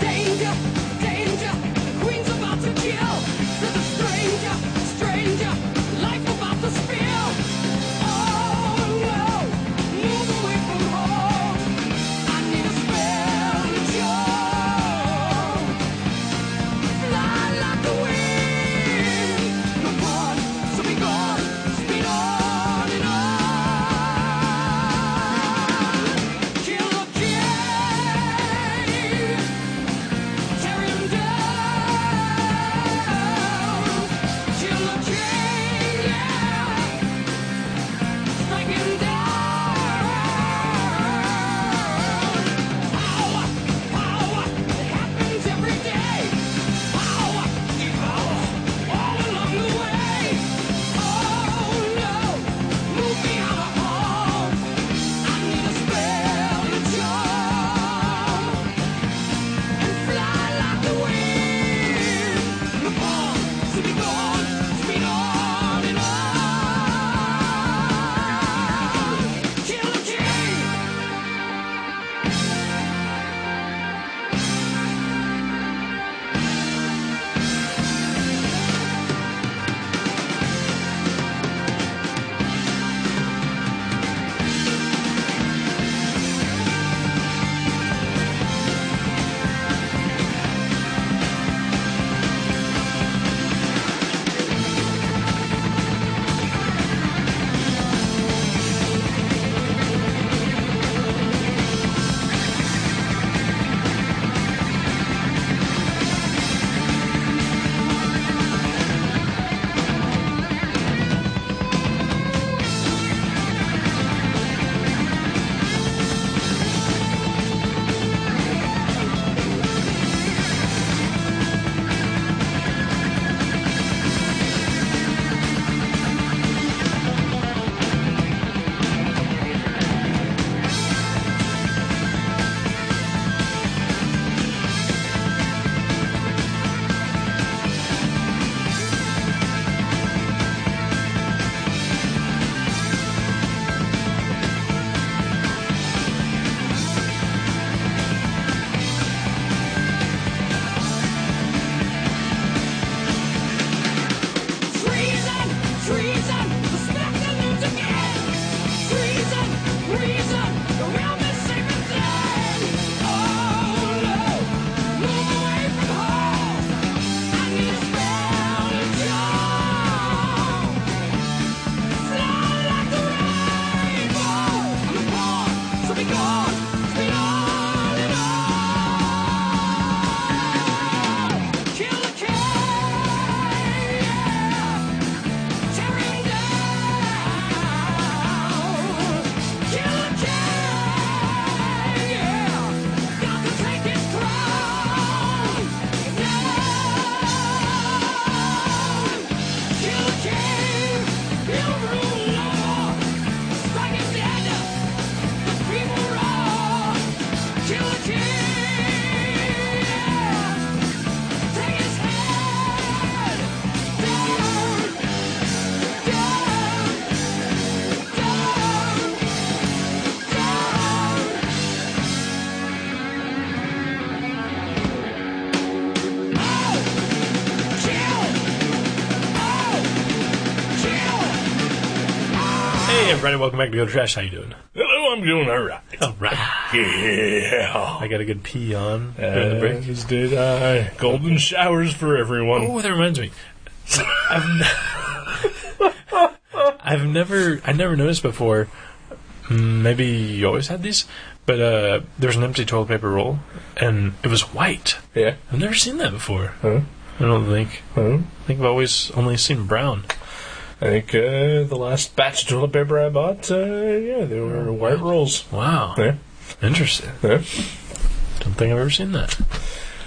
Danger! Oh,
Hey everybody, welcome back to Go Trash. How you doing?
Hello, I'm doing all right.
All right.
Yeah.
I got a good pee on during the break.
As did I. Golden showers for everyone.
Uh, Oh, that reminds me. I've, n- (laughs) I've never I never noticed before. Mm, Maybe you always had these, but uh, there was an empty toilet paper roll, and it was white.
Yeah.
I've never seen that before.
Huh?
I don't think.
Huh?
I think I've always only seen brown.
I think uh, the last batch of toilet paper I bought, uh, yeah, they were white rolls.
Wow,
Yeah.
interesting.
yeah.
Don't think I've ever seen that.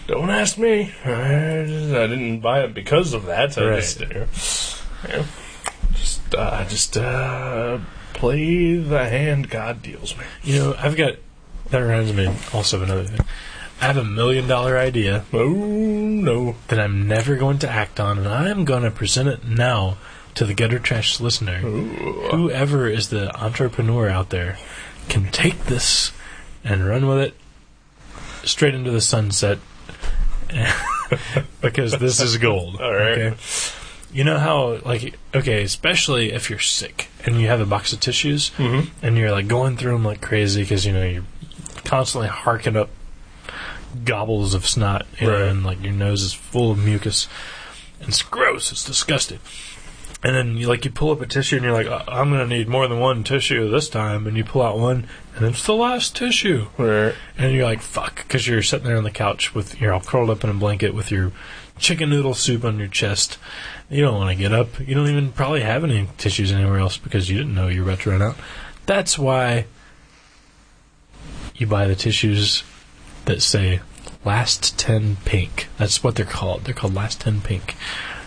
Don't ask me. I, just- I didn't buy it because of that. I
Right.
just, yeah. Yeah. just, uh, just uh, play the hand God deals me.
You know, I've got. That reminds me also of another thing. I have a million dollar idea
Oh no!
that I'm never going to act on, and I'm going to present it now to the gutter trash listener. Whoever is the entrepreneur out there can take this and run with it straight into the sunset (laughs) because this is gold.
(laughs) All right.
You know how, like, okay, especially if you're sick and you have a box of tissues
Mm-hmm.
and you're like going through them like crazy because you know you're constantly harking up gobbles of snot you know,
Right.
and like your nose is full of mucus and it's gross it's disgusting and then you like you pull up a tissue and you're like "I- i'm gonna need more than one tissue this time and you pull out one and it's the last tissue
Right.
and you're like fuck because you're sitting there on the couch with you're all curled up in a blanket with your chicken noodle soup on your chest you don't want to get up you don't even probably have any tissues anywhere else because you didn't know you were about to run out that's why you buy the tissues that say last 10 pink that's what they're called they're called last 10 pink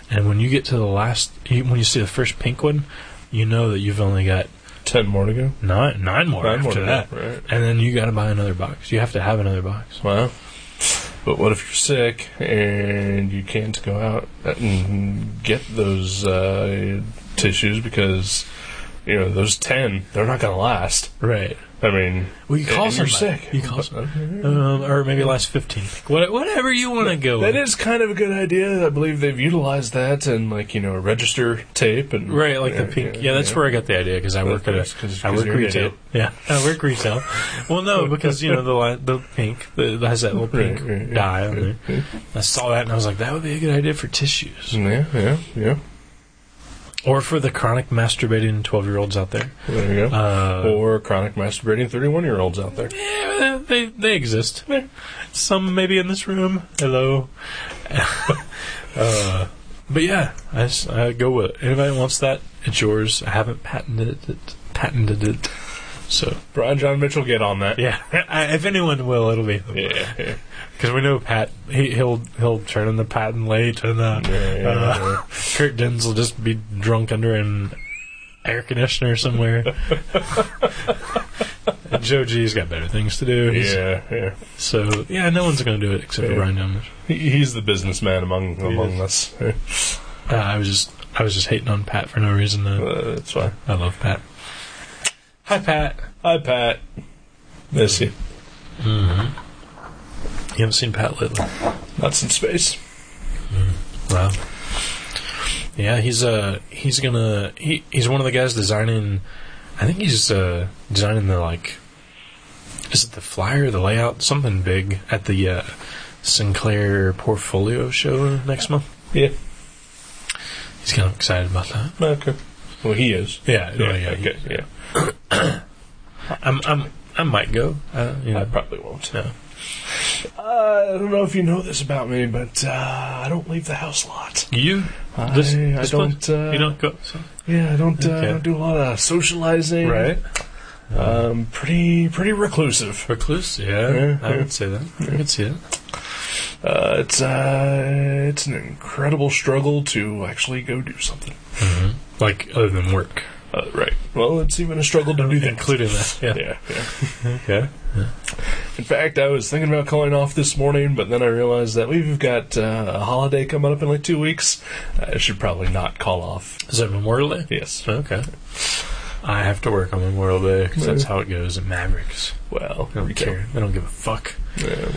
and when you get to the last you, when you see the first pink one you know that you've only got
Ten more to go.
nine, nine more
Nine
after
more to go,
that
right.
and then you got to buy another box you have to have another box
Well, but what if you're sick and you can't go out and get those uh, tissues because you know those ten they're not going to last.
Right.
I mean,
Well, you call
and you're
somebody.
sick.
You call somebody. Um, or maybe last 15. What, whatever you want to go
That
with.
is kind of a good idea. I believe they've utilized that and like you know a register tape and
Right, like the pink. Yeah, that's where I got the idea because I work at a.
That's 'cause-
I
'cause
work
you're an
retail.
idiot.
Yeah, I work retail.
(laughs)
well, no, because you know the li- the pink the, that has that little
Right,
pink
right,
dye on there.
yeah.
I saw that and I was like, that would be a good idea for tissues
yeah, yeah, yeah.
or for the chronic masturbating twelve year olds out there.
There you go.
Uh,
or chronic masturbating thirty-one-year-olds out there.
Yeah, (laughs) they they exist. Some maybe in this room. Hello. (laughs) uh, but yeah, I, s- I go with it. Anybody wants that? It's yours. I haven't patented it. Patented it. So
Brian John Mitchell, get on that.
yeah, I, if anyone will, it'll be
yeah, yeah.
because we know Pat. He, he'll he'll turn in the patent late, and uh,
Yeah, yeah,
uh,
yeah.
Kurt Dins will just be drunk under an air conditioner somewhere. (laughs) And Joe G's got better things to do. He's-
Yeah, yeah.
So yeah, no one's going to do it except for
Yeah.
Brian Jones.
He- He's the businessman among among
is.
us. (laughs)
Uh, I was just I was just hating on Pat for no reason. Though.
Uh, that's fine.
I love Pat. Hi Pat.
Hi, Pat. Miss you.
You haven't seen Pat lately.
That's in space.
Wow. Yeah, he's uh he's gonna he he's one of the guys designing. I think he's uh designing the like. Is it the flyer, the layout, something big at the uh, Sinclair Portfolio Show next month?
Yeah.
He's kind of excited about that.
Okay. Well, he is.
Yeah, yeah, yeah.
okay. Yeah.
I'm, I'm, I might go. Uh, you know.
I probably won't.
No.
Uh, I don't know if you know this about me, but uh, I don't leave the house a lot.
You?
I-
This,
I
this
don't,
place?
uh,
you don't go. so-
Yeah, I don't. Uh,
Okay.
I don't do a lot of socializing. Um, pretty pretty reclusive.
Recluse? Yeah,
Yeah,
I
yeah.
would say that. I could see it.
Uh, it's uh, it's an incredible struggle to actually go do something.
Like, other than work.
Uh, right. Well, it's even a struggle to do that.
Including that. Yeah.
Yeah, yeah.
Okay.
In fact, I was thinking about calling off this morning, but then I realized that we've got uh, a holiday coming up in like two weeks. I should probably not call off.
Is that Memorial Day?
Yes.
Okay. I have to work on Memorial Day because that's how it goes at Mavericks.
Well,
They don't care. They don't give a fuck.
Yeah.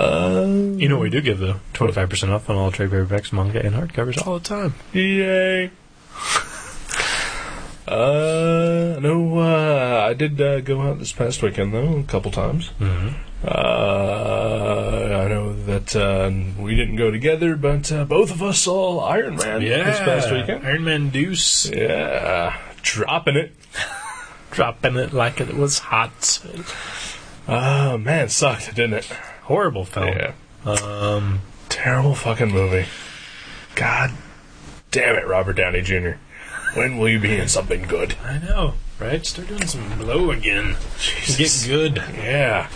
Uh,
You know what we do give, though? 25% off on all trade paperbacks, manga, and hardcovers all the time.
yay. (laughs) Uh, no, uh, I did uh, go out this past weekend though a couple times. Uh, I know that uh, we didn't go together, but uh, both of us saw Iron Man this past weekend.
Iron Man Deuce
Yeah, dropping it.
dropping it like it was hot.
Oh man, it sucked, didn't it?
Horrible film.
Yeah,
Oh. Um,
terrible fucking movie. God damn it, Robert Downey Jr. When will you be in something good?
I know, right? Start doing some blow again.
Jesus.
Get good.
Yeah.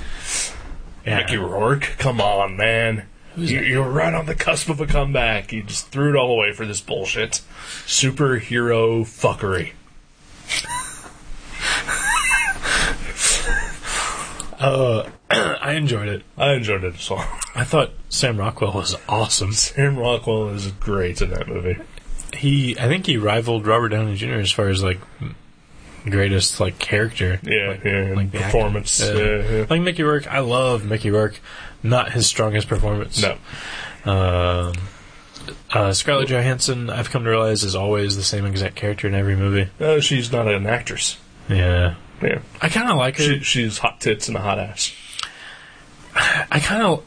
Yeah.
Mickey Rourke, come on, man. You, you were right on the cusp of a comeback. You just threw it all away for this bullshit. Superhero fuckery.
I enjoyed it.
I enjoyed it (laughs) as well.
I thought Sam Rockwell was awesome.
Sam Rockwell is great in that movie.
He, I think he rivaled Robert Downey Jr. as far as like greatest like charactor.
Yeah,
like,
yeah. and
the actor.
performance.
Yeah.
yeah, yeah.
Like Mickey Rourke, I love Mickey Rourke. Not his strongest performance.
No.
Um, uh, Scarlett Johansson, I've come to realize, is always the same exact character in every movie.
No, she's not an actress.
Yeah.
Yeah.
I kind of like her.
She, she's hot tits and a hot ass.
I kind of,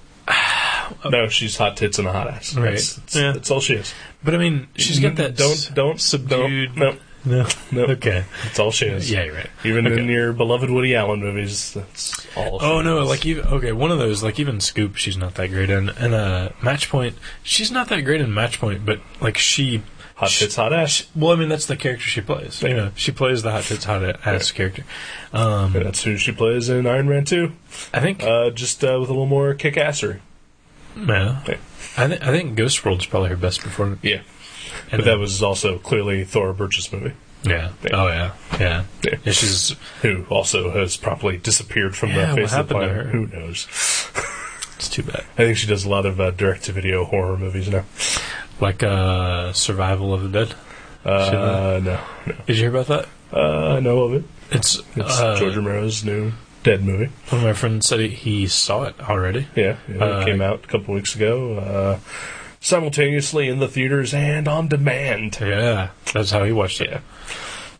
No, she's hot tits and a hot ass.
Oh. Right.
That's, that's,
Yeah.
that's all she is.
but I mean, she's got that.
Don't don't
subdued.
Don't, no,
No.
no.
Okay.
That's all she is.
(laughs) Yeah, you're right.
Even
Okay.
in your beloved Woody Allen movies, that's all.
Oh
she
no!
is.
Like even okay, one of those like even Scoop, she's not that great in, and uh, Match Point, she's not that great in Match Point, but like she,
hot
she-
tits, hot ass.
Well, I mean that's the character she plays. You
Yeah.
know, she plays the hot tits hot ass character.
Yeah,
Um,
that's who she plays in Iron Man Two.
I think
Uh, just uh, with a little more kick-assery.
yeah,
Yeah.
I think I think Ghost World's probably her best performance.
Yeah,
And
but that was also clearly Thor Birch's movie,
yeah.
Yeah.
Oh yeah, yeah.
Yeah.
yeah she's
who also has promptly disappeared from
Yeah,
the
what
face of the
happened to
planet.
her?
Who knows?
it's too bad.
I think she does a lot of uh, direct-to-video horror movies now.
Like uh, Survival of the Dead.
Uh, no,
Did you hear about that?
no, uh, I know of it.
It's,
It's
uh,
George Romero's new Dead movie.
one of my friends said he, he saw it already.
Yeah, yeah, it
Uh,
came out a couple weeks ago. Uh, simultaneously in the theaters and on demand.
Yeah, that's how he watched it.
Yeah.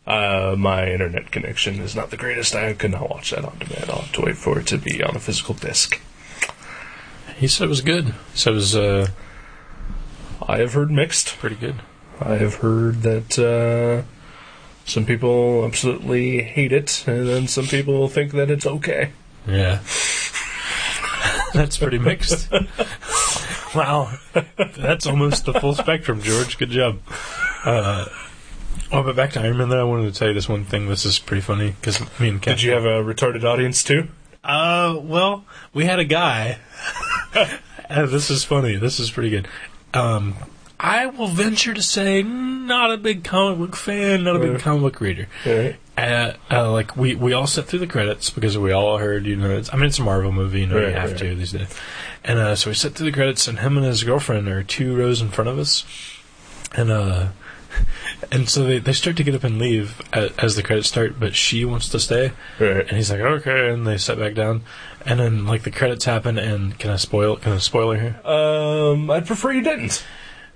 Uh, my internet connection is not the greatest. I could not watch that on demand. I'll have to wait for it to be on a physical disc.
He said it was good. So it was uh,
I have heard mixed.
pretty good.
I have heard that uh, some people absolutely hate it, and then some people think that it's okay.
Yeah. (laughs) That's pretty mixed. (laughs) wow. That's almost the full spectrum, George. Good job. Uh, oh, but back to Iron Man, though, I wanted to tell you this one thing. This is pretty funny because me and Kat.
Did you have a retarded audience too?
Uh, well, we had a guy. (laughs) Uh, this is funny. This is pretty good. Um, I will venture to say, not a big comic book fan, not a big comic book reader.
Alright.
Uh, uh, like we we all sit through the credits because we all heard you know it's I mean it's a Marvel movie you know
Right,
you have
right.
to these days, and uh, so we sit through the credits and him and his girlfriend are two rows in front of us, and uh, (laughs) and so they, they start to get up and leave as, as the credits start, but she wants to stay, and
Right.
he's like okay, and they sit back down, and then like the credits happen and can I spoil can I spoiler here?
Um, I'd prefer you didn't.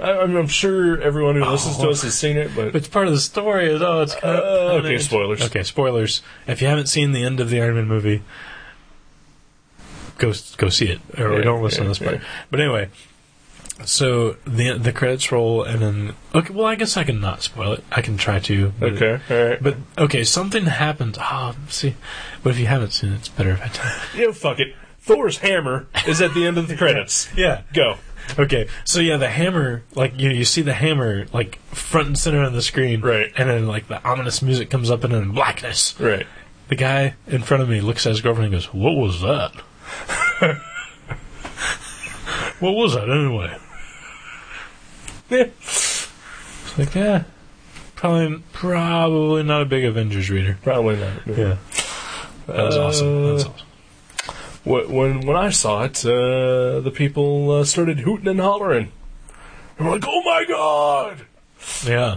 I, I'm, I'm sure everyone who listens to
Oh.
us has seen it, but
It's part of the story. Is, oh, it's kind
Uh,
of
okay, spoilers.
Okay, spoilers. If you haven't seen the end of the Iron Man movie, go go see it, or
Yeah,
don't listen
yeah,
to this part.
yeah.
But anyway, so the the credits roll, and then okay. Well, I guess I can not spoil it. I can try to. but-
okay, all right.
But okay, something happens. Ah, see, but if you haven't seen it, it's better if I tell.
(laughs)
you.
You know, fuck it. Thor's hammer is at the end of the credits.
Yeah.
Go.
Okay, so yeah, the hammer, like you, you see the hammer, like front and center on the screen,
Right.
And then like the ominous music comes up, and then blackness.
Right.
The guy in front of me looks at his girlfriend and goes, What was that? (laughs) what was that anyway? (laughs)
Yeah.
It's like, yeah. Probably, probably not a big Avengers reader.
Probably not.
Yeah. That was awesome. That was awesome.
Wh- When when I saw it, uh, the people uh, started hooting and hollering. They were like, "Oh my god!"
Yeah.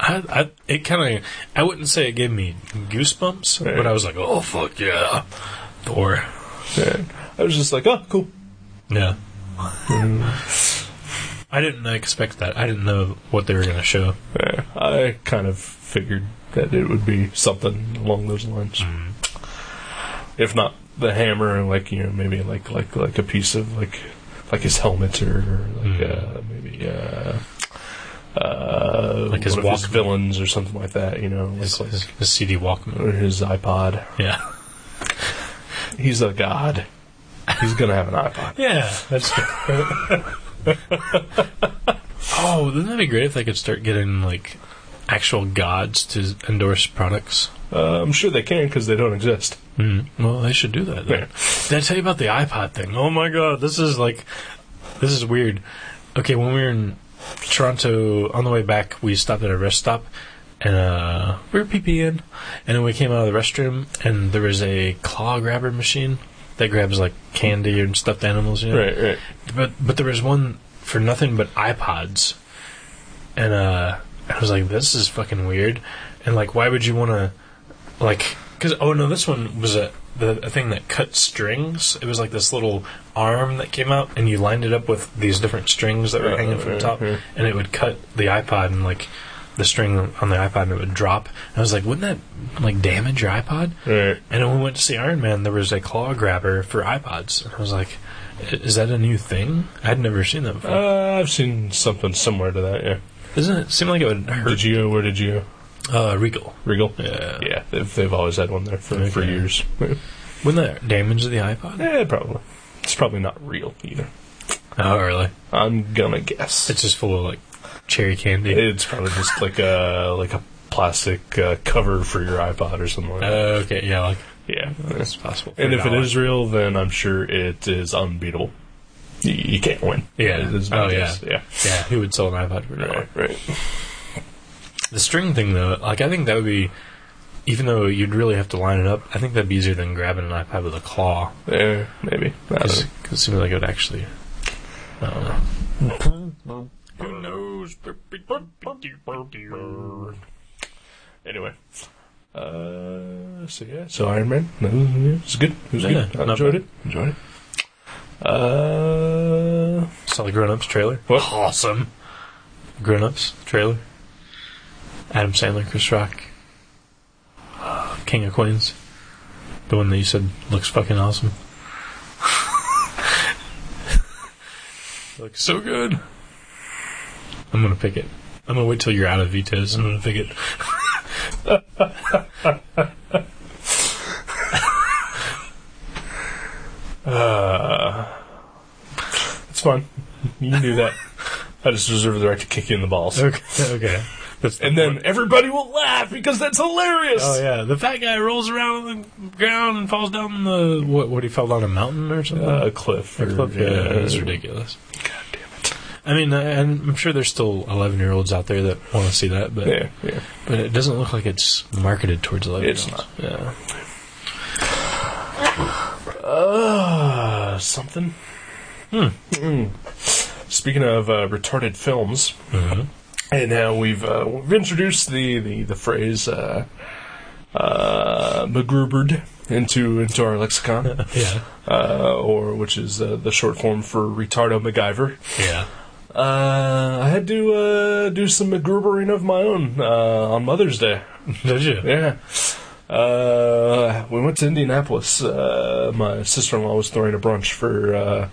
I, I, it kind of, I wouldn't say it gave me goosebumps, but I was like, oh, fuck yeah. Thor.
And I was just like, "Oh, cool."
Yeah. I didn't expect that. I didn't know what they were going to show.
Yeah, I kind of figured that it would be something along those lines.
Mm.
If not the hammer, like you know, maybe like like like a piece of like like his helmet or, or like
Mm.
uh, maybe uh, uh,
Like his
one of his
Walkman.
villains or something like that. You know, like,
His,
like-
his, his CD Walkman.
or his iPod.
Yeah.
He's a god. He's gonna have an iPod.
Yeah, that's true. (laughs) oh, wouldn't that be great if they could start getting, like, actual gods to endorse products?
Uh, I'm sure they can because they don't exist.
Mm. Well, they should do that.
Yeah.
then. Did I tell you about the iPod thing? Oh my god, this is like, this is weird. Okay, when we were in Toronto on the way back, we stopped at a rest stop, and uh, we were PPing, and then we came out of the restroom, and there was a claw grabber machine that grabs like candy and stuffed animals. You know?
Right, right.
But but there was one for nothing but iPods, and uh, I was like, this is fucking weird, and like, why would you want to, like, because oh no, this one was a the a thing that cut strings. It was like this little arm that came out, and you lined it up with these different strings that were
Yeah,
hanging from the
yeah,
top,
yeah.
and it would cut the iPod and like. The string on the iPod and it would drop. And I was like, wouldn't that like damage your iPod?
Right.
And when we went to see Iron Man, there was a claw grabber for iPods. And I was like, "I- is that a new thing? I'd never seen that before.
Uh, I've seen something similar to that. Yeah.
Doesn't it seem like it would hurt?
Did you? Where did you?
Uh, Regal.
Regal.
Yeah.
Yeah, they've, they've always had one there for, for
Okay.
years. (laughs)
Wouldn't that damage the iPod?
Yeah, probably. It's probably not real either.
Oh, really?
I'm gonna guess.
It's just full of, like, cherry candy.
It's probably just like a like a plastic uh, cover for your iPod or something. Like
Uh,
that.
okay, yeah, like,
Yeah,
that's possible.
and if it is real, then I'm sure it is unbeatable. You, you can't win.
Yeah.
It is my
Oh,
guess. yeah.
Yeah, who would sell an iPod for a dollar?
Right, right.
The string thing, though, like, I think that would be, even though you'd really have to line it up, I think that'd be easier than grabbing an iPod with a claw.
Yeah, maybe. I don't
Because it seems like it would actually. I don't know. Who knows?
know. Anyway. Uh, so yeah, so Iron Man. No, yeah, It's good. It was
Yeah,
good. I
not
enjoyed
bad.
it. Enjoyed it. Uh,
Saw the Grown Ups trailer.
What?
Awesome. Grown Ups trailer. Adam Sandler, Chris Rock, uh, King of Queens. The one that you said looks fucking awesome. looks so good. I'm gonna pick it. I'm gonna wait till you're out of Vitas. I'm gonna pick it.
It's fine. You can
(laughs)
do that. I just reserve the right to kick you in the balls.
Okay. (laughs) Okay. That's the
And then
one.
everybody will laugh because that's hilarious.
Oh yeah, the fat guy rolls around on the ground and falls down the what? What he fell down a mountain or something?
Uh, Cliff. or-
yeah, that's ridiculous.
God damn it.
I mean, I- and I'm sure there's still 11 year olds out there that want to see that, but
Yeah, yeah.
but it doesn't look like it's marketed towards 11
It's
year olds.
not.
Yeah.
Uh, something. Mm. Speaking of uh, retarded films, and now we've uh, we've introduced the the the phrase uh, uh, MacGrubered into into our lexicon,
Yeah.
uh, or which is uh, the short form for retardo MacGyver.
Yeah.
Uh, I had to uh, do some MacGrubbering of my own uh, on Mother's Day.
Did you?
Yeah. Uh, we went to Indianapolis. Uh, my sister in law was throwing a brunch for uh,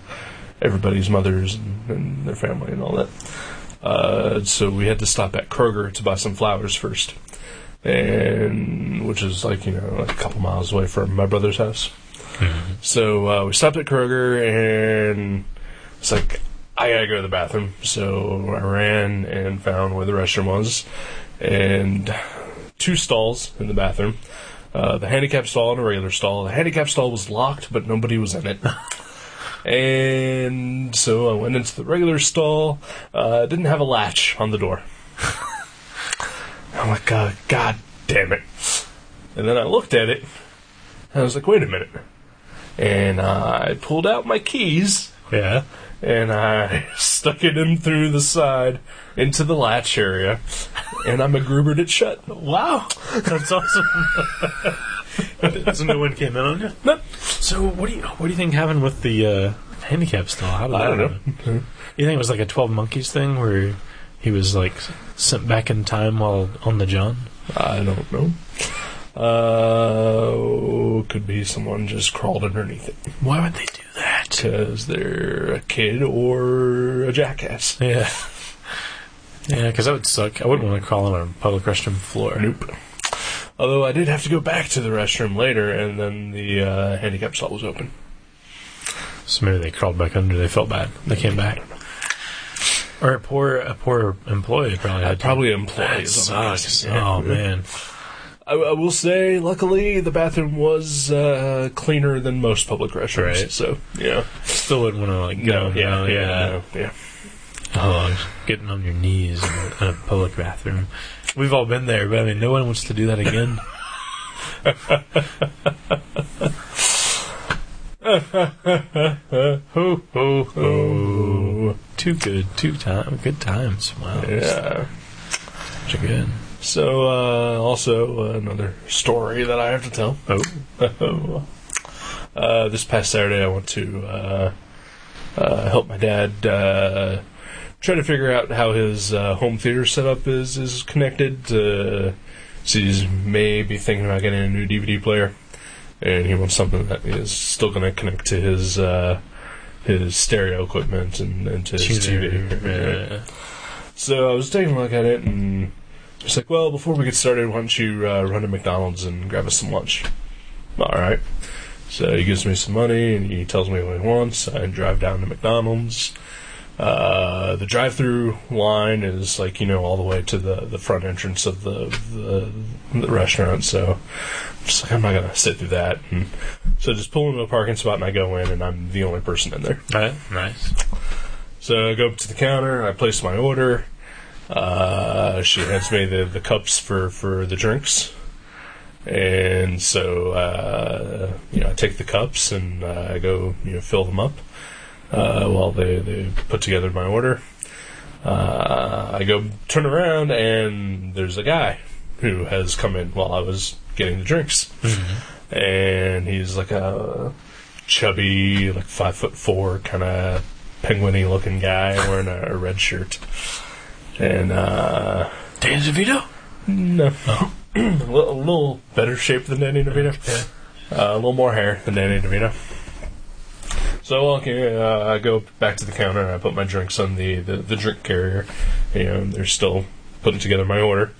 everybody's mothers and, and their family and all that. Uh, so we had to stop at Kroger to buy some flowers first, and which is like you know like a couple miles away from my brother's house. So uh, we stopped at Kroger, and it's like I gotta go to the bathroom. So I ran and found where the restroom was, and two stalls in the bathroom. Uh, the handicap stall and a regular stall. The handicap stall was locked, but nobody was in it. and so I went into the regular stall. Uh, didn't have a latch on the door.
Oh
I'm like, uh, God damn it. And then I looked at it, and I was like, wait a minute. And I pulled out my keys,
Yeah.
and I (laughs) stuck it in through the side into the latch area, and I MacGrubered it shut.
Wow. That's awesome. so no one came in on you?
No.
So what do you what do you think happened with the uh, handicap stall? How did
I
that
don't know.
happen? You think it was like a 12 Monkeys thing where he was like sent back in time while on the John?
I don't know. Uh, could be someone just crawled underneath it
Why would they do that?
because they're a kid or a jackass.
Yeah. (laughs) Yeah, because that would suck. I wouldn't want to crawl on a public restroom floor.
Nope. Although I did have to go back to the restroom later, and then the uh, handicap stall was open.
So maybe they crawled back under. They felt bad. They came back. Or a poor, a poor employee probably had to-
Probably
That
employees.
sucks.
Yeah.
Oh man.
I, I will say, luckily, the bathroom was uh, cleaner than most public restrooms.
Right.
So, yeah.
Still wouldn't want to like go.
No, yeah,
no,
yeah, no, yeah.
Oh, getting on your knees in a, in a public bathroom. We've all been there, but I mean, no one wants to do that
(laughs)
again.
Ho, ho, ho.
Too good, too time, good times. Wow,
Yeah.
such a good.
So, uh, also, another story that I have to tell.
Oh,
(laughs) uh, this past Saturday, I went to uh, uh, help my dad uh, try to figure out how his uh, home theater setup is is connected. Uh, so he's maybe thinking about getting a new DVD player, and he wants something that is still going to connect to his uh, his stereo equipment and, and to his TV.
Yeah.
So I was taking a look at it, and it's like, well, before we get started, why don't you uh, run to McDonald's and grab us some lunch? All right. So he gives me some money, and he tells me what he wants. I drive down to McDonald's. Uh, the drive-through line is like you know all the way to the, the front entrance of the, the the restaurant. So I'm just like I'm not gonna sit through that. And so I just pull into a parking spot and I go in, and I'm the only person in there.
All right, nice.
So I go up to the counter, I place my order. Uh, she hands me the, the cups for, for the drinks. And so, uh, you know, I take the cups and uh, I go, you know, fill them up uh, while they, they put together my order. Uh, I go turn around and there's a guy who has come in while I was getting the drinks.
Mm-hmm.
And he's like a chubby, like five foot four kind of penguiny looking guy wearing a, a red shirt. And, uh,
Dan DeVito.
no. (clears throat) a, li- a little better shape than Danny DeVito. Uh, a little more hair than Danny DeVito. So I walk in, uh, I go back to the counter and I put my drinks on the, the, the drink carrier. You know, they're still putting together my order.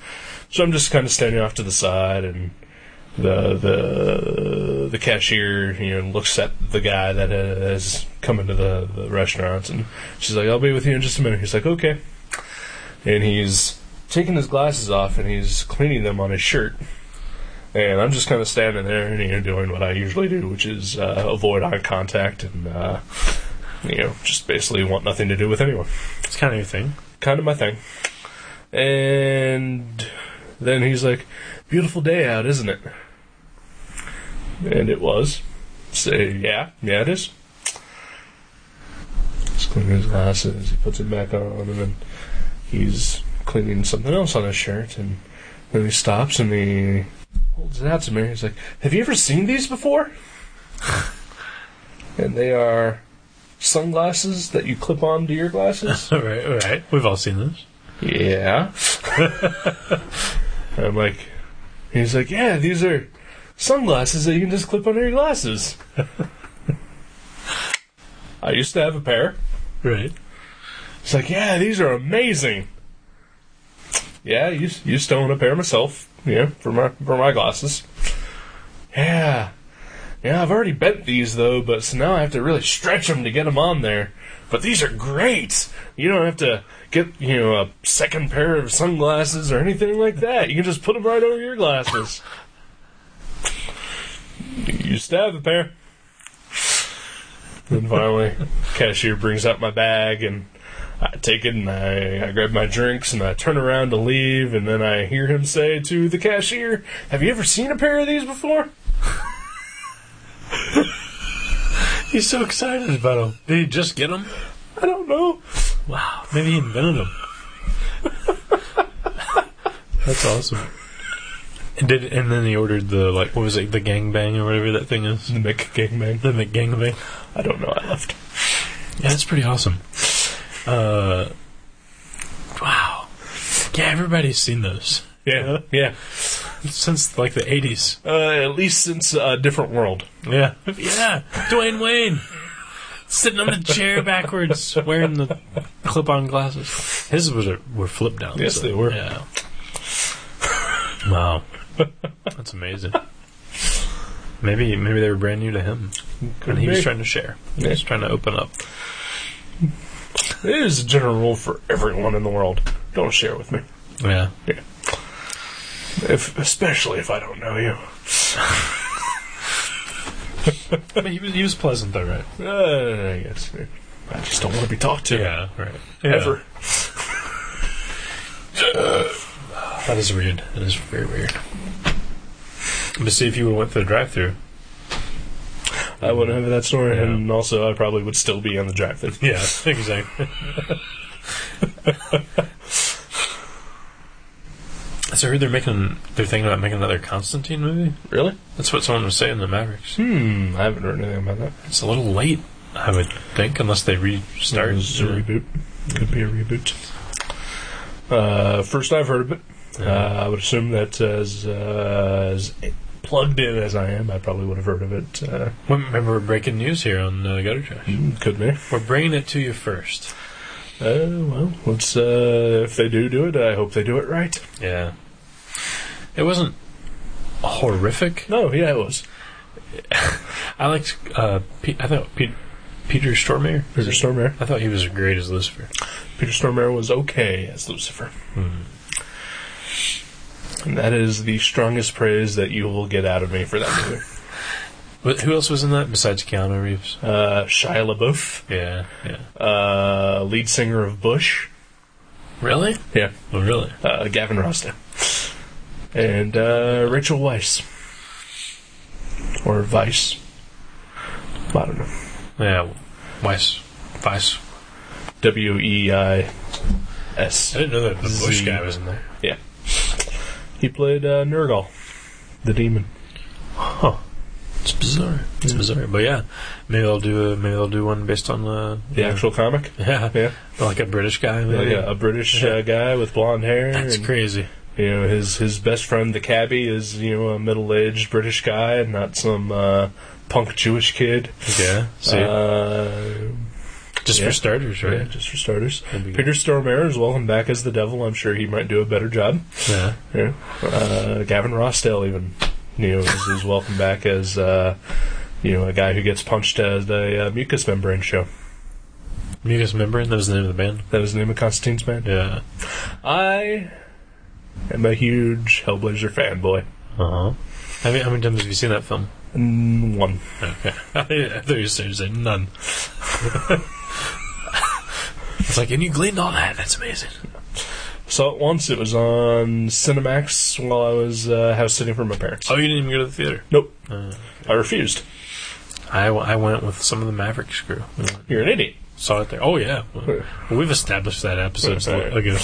So I'm just kind of standing off to the side and the the the cashier you know looks at the guy that has come into the, the restaurant and she's like I'll be with you in just a minute he's like okay and he's taking his glasses off and he's cleaning them on his shirt. And I'm just kind of standing there and you know, doing what I usually do, which is uh, avoid eye contact and uh, you know just basically want nothing to do with anyone.
It's kind of your thing.
Kind of my thing. And then he's like, "Beautiful day out, isn't it?" And it was. Say, yeah, yeah, it is. He's cleaning his glasses. He puts it back on, and then he's cleaning something else on his shirt. And then he stops and he holds it out to me. He's like, "Have you ever seen these before?" (laughs) and they are sunglasses that you clip onto your glasses.
All right, all right. We've all seen this.
Yeah. (laughs) I'm like, he's like, yeah, these are sunglasses that you can just clip under your glasses. (laughs) I used to have a pair.
Right.
It's like, yeah, these are amazing. Yeah, you you still own a pair myself. Yeah, for my for my glasses. Yeah, yeah, I've already bent these though, but so now I have to really stretch them to get them on there. But these are great. You don't have to get you know a second pair of sunglasses or anything like that. You can just put them right over your glasses. you used to have a pair. Then finally, cashier brings out my bag and I take it and I, I grab my drinks and I turn around to leave and then I hear him say to the cashier, "Have you ever seen a pair of these before?"
He's so excited about them. Did he just get them?
I don't know.
Wow. Maybe he invented them. (laughs) That's awesome. And did and then he ordered the like what was it the gangbang or whatever that thing is
The Mick gangbang.
the McGangbang.
I don't know. I left.
Yeah, that's pretty awesome. Uh, wow. Yeah, everybody's seen those.
Yeah, yeah.
since like the '80s.
Uh, at least since uh, Different World.
Yeah,
Yeah, Dwayne Wayne. Sitting on the chair backwards,
wearing the clip-on glasses. His was a, were flipped down.
Yes, they were.
Yeah. Wow, that's amazing. Maybe maybe they were brand new to him, and he was
be.
trying to share. He was trying to open up.
It is a general rule for everyone in the world. Don't share with me,
Yeah.
if, especially if I don't know you.
(laughs) I mean, he was, he was pleasant though, right?
Uh, I guess. I just don't want to be talked to
Yeah, right.
ever.
That is weird. That is very weird. But see, if you would have went through the drive-through,
I wouldn't have that story,
Yeah.
and also I probably would still be on the
(laughs)
drive-thru.
yeah, exactly. so I heard they're making they're thinking about making another Constantine movie.
Really?
That's what someone was saying. The Mavericks.
Hmm. I haven't heard anything about that.
It's a little late, I would think, unless they restart.
This is a reboot. Could be a reboot. Uh, first I've heard of it. Uh, I would assume that uh, as, uh, as plugged in as I am, I probably would have heard of it. Uh,
Well, remember, we're breaking news here on uh, Gutter Trash.
could be.
We're bringing it to you first.
Uh, well, let's. Uh, if they do do it, I hope they do it right.
Yeah. It wasn't horrific.
No, Oh, yeah, it was.
I liked. Uh, Pe- I thought Pe- Peter Stormare.
Peter Stormare.
I thought he was great as Lucifer.
Peter Stormare was okay as Lucifer. And that is the strongest praise that you will get out of me for that movie.
But who else was in that besides Keanu Reeves?
Uh, Shia LaBeouf,
Yeah. Yeah.
uh, lead singer of Bush.
Really?
Yeah.
Oh, really?
uh, Gavin Rossdale, and uh, Rachel Weisz or Vice. I don't know.
Yeah. Weiss. Weiss.
W e i
I
s.
didn't know that the Bush
Z.
guy was in there.
Yeah, he played uh, Nurgle, the demon.
It's bizarre. It's bizarre. But yeah, maybe they'll do a, maybe they'll do one based on the
The actual comic.
(laughs) yeah, Oh,
Yeah,
like a British guy.
like
Maybe.
a, a British uh, guy with blonde hair.
That's
and,
crazy.
You know, his his best friend, the cabbie, is you know a middle aged British guy, and not some uh, punk Jewish kid.
Yeah. See,
Uh,
just
yeah.
for starters,
Yeah,
right?
just for starters.
That'd be good.
Peter Stormare is welcome back as the devil. I'm sure he might do a better job.
Yeah.
Yeah. Uh, Gavin Rossdale even, you know, is, is welcome back as, uh, you know, a guy who gets punched at a uh, mucous membrane show.
Mucus membrane. That was the name of the band.
That was the name of Constantine's band.
Yeah.
I am a huge Hellblazer fanboy.
Uh huh. How many, how many times have you seen that film?
Mm, One.
Okay. (laughs) I thought you said said (laughs) none. it's like, and you gleaned all that. That's amazing.
Saw it once. It was on Cinemax while I was uh, house sitting for my parents.
Oh, you didn't even go to the theater.
Nope.
Uh,
I refused.
I, w- I went with some of the Mavericks crew. We went-
You're an idiot.
saw it there. Oh yeah, well, we've established that episodes
Right.
ago.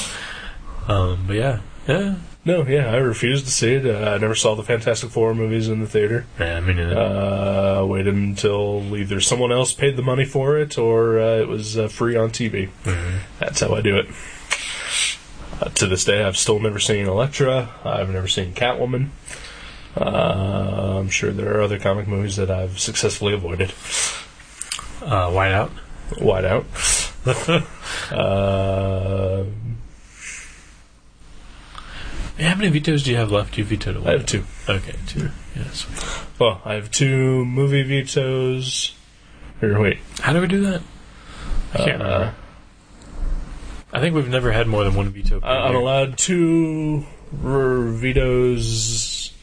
Um, but yeah, yeah,
No, yeah, I refused to see it. Uh, I never saw the Fantastic Four movies in the theater.
yeah. I mean, uh,
Uh, waited until either someone else paid the money for it or uh, it was uh, free on TV.
Mm-hmm.
That's how I do it. Uh, to this day, I've still never seen Elektra. I've never seen Catwoman. Uh, I'm sure there are other comic movies that I've successfully avoided.
uh, White Out.
Wide out. (laughs) uh,
How many vetoes do you have left? You vetoed
I
one.
have two.
Okay, two. Yeah, sweet.
Well, I have two movie vetoes. Here, wait.
How do we do that? I
Uh,
can't remember. I think we've never had more than one veto. per
I- I'm
year.
allowed two r- vetoes.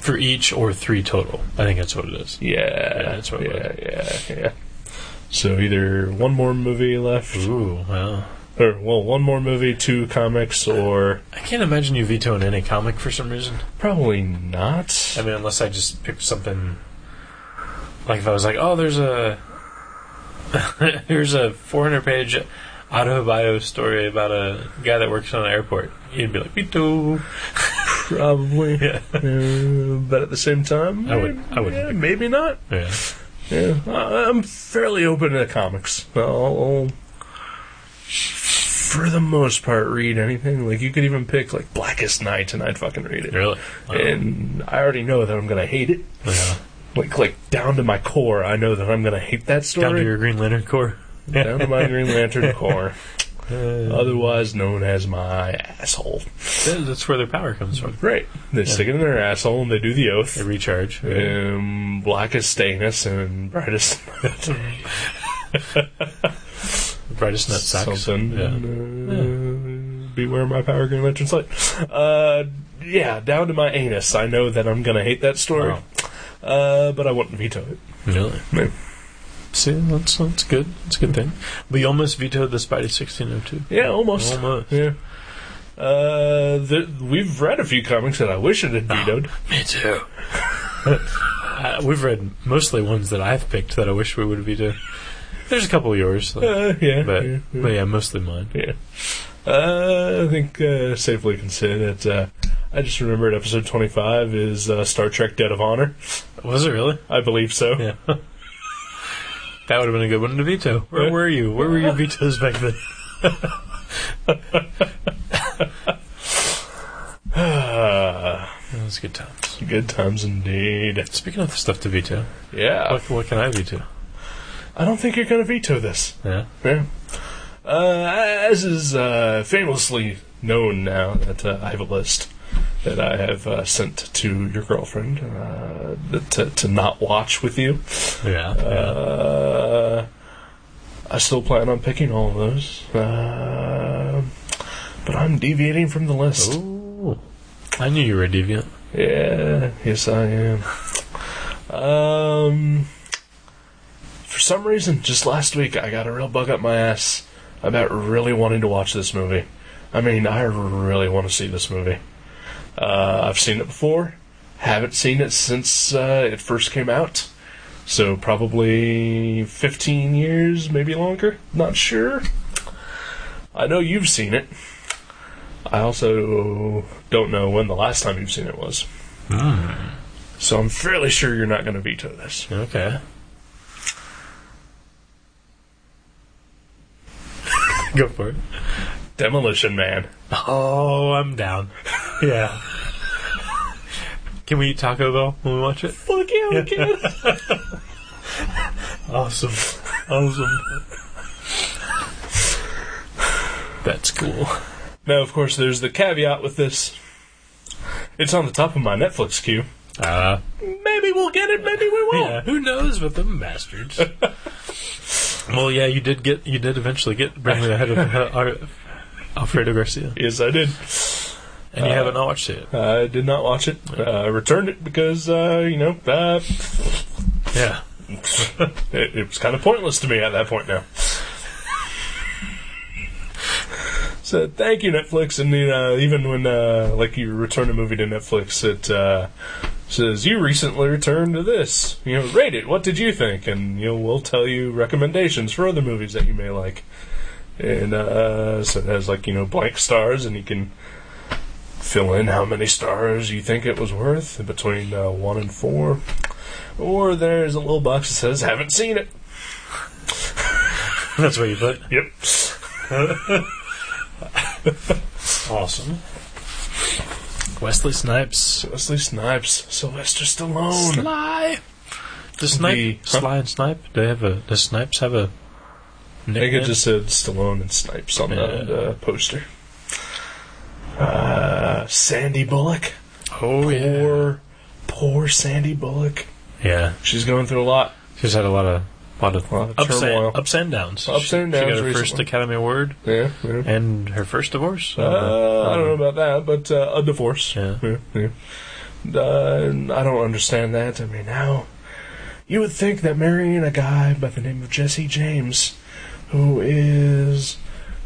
for each or three total. I think that's what it is.
Yeah,
that's what it
yeah, yeah, yeah. So either one more movie left,
Ooh, wow.
or well, one more movie, two comics, or
I can't imagine you vetoing any comic for some reason.
probably not.
I mean, unless I just picked something. Like if I was like, oh, there's a (laughs) here's a 400 page autobio story about a guy that works on an airport. You'd be like, me too. (laughs)
Probably, Uh, but at the same time,
I would- I would-
yeah, maybe not.
Yeah.
Yeah, I- I'm fairly open to comics. I'll for the most part, read anything. Like, you could even pick, like, Blackest Night, and I'd fucking read it.
Really? Wow.
And I already know that I'm going to hate it.
Yeah.
Like, like, down to my core, I know that I'm going to hate that story.
Down to your Green Lantern core.
down to my Green Lantern (laughs) core, otherwise known as my asshole.
That's where their power comes from.
Right. They stick it in their asshole and they do the
They
oath.
recharge.
Um, blackest stainus and brightest
Brightest nut sacks.
something.
Yeah.
Uh, Beware my power green lantern's light. Uh, yeah, down to my anus. I know that I'm gonna hate that story,
Wow.
uh, but I wouldn't veto it.
Really?
Yeah.
See, that's that's good. That's a good thing. We almost vetoed the Spidey 1602.
Yeah, almost.
Almost.
Yeah. Uh, th- we've read a few comics that I wish it had vetoed.
Me too. (laughs) uh, we've read mostly ones that I've picked that I wish we would have vetoed. There's a couple of yours, like,
Uh, yeah,
Ah. but
yeah, yeah.
but yeah, mostly mine.
Yeah. Uh, I think uh, safely can say that uh, I just remembered episode 25 is uh, Star Trek Dead of Honor.
Was it really?
I believe so. (sighs)
Yeah. (laughs) that would have been a good one to veto. Where
Yeah.
were you? Where were (laughs) your vetoes back then? That was good
Ah,
times.
Good times indeed.
Speaking of stuff to veto,
Yeah.
what, what can I veto?
I don't think you're going to veto this.
Yeah.
Yeah. Uh, as is uh, famously known now that uh, I have a list that I have uh, sent to your girlfriend uh, that to, to not watch with you.
Yeah.
Uh, I still plan on picking all of those, uh, but I'm deviating from the list.
Ooh. I knew you were a deviant.
Yeah, yes I am. Um, for some reason, just last week I got a real bug up my ass about really wanting to watch this movie. I mean, I really want to see this movie. Uh, I've seen it before, haven't seen it since uh, it first came out. So probably 15 years, maybe longer. Not sure. I know you've seen it. I also don't know when the last time you've seen it was. So I'm fairly sure you're not going to veto this.
Okay. (laughs) Go for it.
Demolition Man.
Oh, I'm down. Yeah. Can we eat Taco Bell when we watch it?
Fuck yeah, we can.
Awesome. Awesome. That's cool.
now, of course, there's the caveat with this. It's on the top of my Netflix queue.
Uh,
Maybe we'll get it. Maybe we won't.
yeah, who knows with them bastards? well, yeah, you did get, you did eventually get Bring Me the Head of uh, Ar- Alfredo Garcia,
Yes, I did.
and you haven't watched it.
I did not watch it. Uh, I returned it because uh, you know uh,
yet. Yeah.
(laughs) it, it was kind of pointless to me at that point. Now. So thank you Netflix, and you know, even when uh, like you return a movie to Netflix, it uh, says you recently returned to this. You know, rate it. What did you think? And you know, we'll tell you recommendations for other movies that you may like. And uh, so it has like you know blank stars, and you can fill in how many stars you think it was worth between uh, one and four. Or there's a little box that says haven't seen it.
That's what you put.
Yep.
Awesome. Wesley Snipes.
Wesley Snipes, Sylvester Stallone.
Sly. Does Snipe
The-
Sly and Snipe? Do they have a? Does Snipes have a?
I think
Nickname?
it just said Stallone and Snipes on
Yeah.
the uh, poster. Uh, Sandy Bullock.
oh yeah.
Poor, poor Sandy Bullock.
Yeah,
She's going through a lot.
she's had a lot of lot of,
Lot of
ups,
turmoil.
and, ups and downs.
Ups
She-
and
She got
downs
her first
recently.
Academy Award
Yeah. yeah.
and her first divorce.
Uh, I don't know about that, but uh, a divorce.
Yeah.
yeah, yeah. Uh, I don't understand that. I mean, how you would think that marrying a guy by the name of Jesse James, who is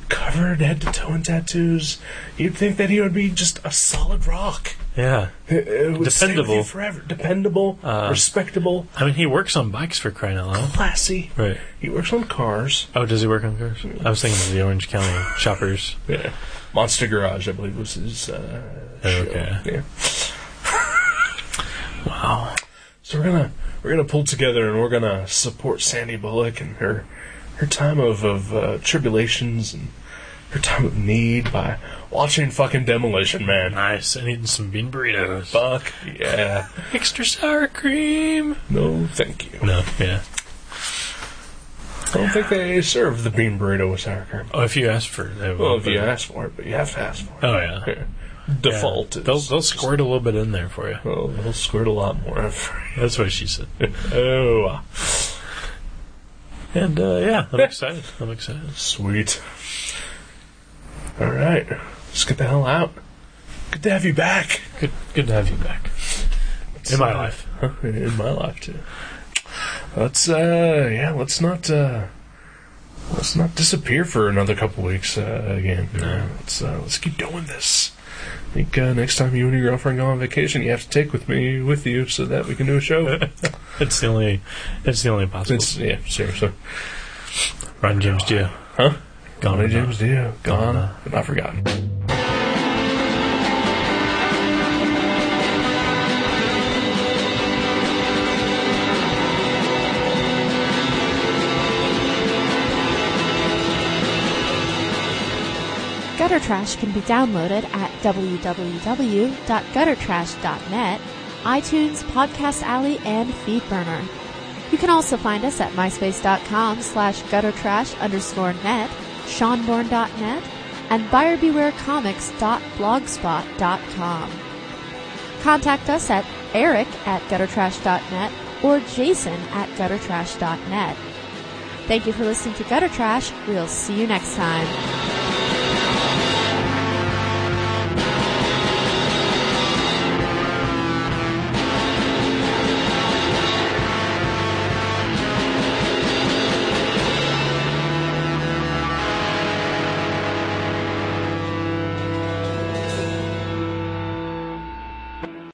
covered head to toe in tattoos, you'd think that he would be just a solid rock.
Yeah,
It- it would stay with you
Dependable.
forever, dependable,
Uh,
respectable,
I mean he works on bikes for crying out loud.
classy.
Right.
He works on cars.
Oh, does he work on cars? I was thinking of the Orange County shoppers.
Yeah, Monster Garage, I believe, was his. Uh,
Oh,
show.
okay.
Yeah.
(laughs) Wow.
So we're gonna we're gonna pull together and we're gonna support Sandy Bullock and her her time of of uh, tribulations and her time of need by watching fucking Demolition Man.
Nice. And eating some bean burritos.
Fuck yeah.
Extra sour cream.
No, thank you.
No, yeah.
I don't think they serve the bean burrito with sour cream.
Oh, if you ask for it. they will,
Well, if
but-
you ask for it, but you have to ask for it.
Oh, yeah.
Here. Default
Yeah.
is.
They'll, they'll squirt a little bit in there for you.
Well, they'll squirt a lot more.
That's what she said.
(laughs) oh,
And uh, yeah, I'm excited. I'm excited.
sweet. All right, let's get the hell out. Good to have you back
Good, good to have you back in my life.
(laughs) in my life too. Let's uh, yeah, let's not uh, let's not disappear for another couple weeks uh, again. Uh, let's uh, let's keep doing this. I think uh, next time you and your girlfriend go on vacation, you have to take with me with you so that we can do a
(laughs)
show.
It's the only, it's the only possible.
It's, yeah, seriously.
Ron James Dio.
Huh?
Gone
Ronnie
and
James Dio, gone,
Gone.
but not forgotten.
Gutter Trash can be downloaded at www.guttertrash.net, iTunes, Podcast Alley, and FeedBurner. You can also find us at myspace.com slash guttertrash underscore net, seanborn.net, and buyerbewarecomics.blogspot.com. Contact us at eric at guttertrash.net or jason at guttertrash.net. Thank you for listening to Gutter Trash. We'll see you next time.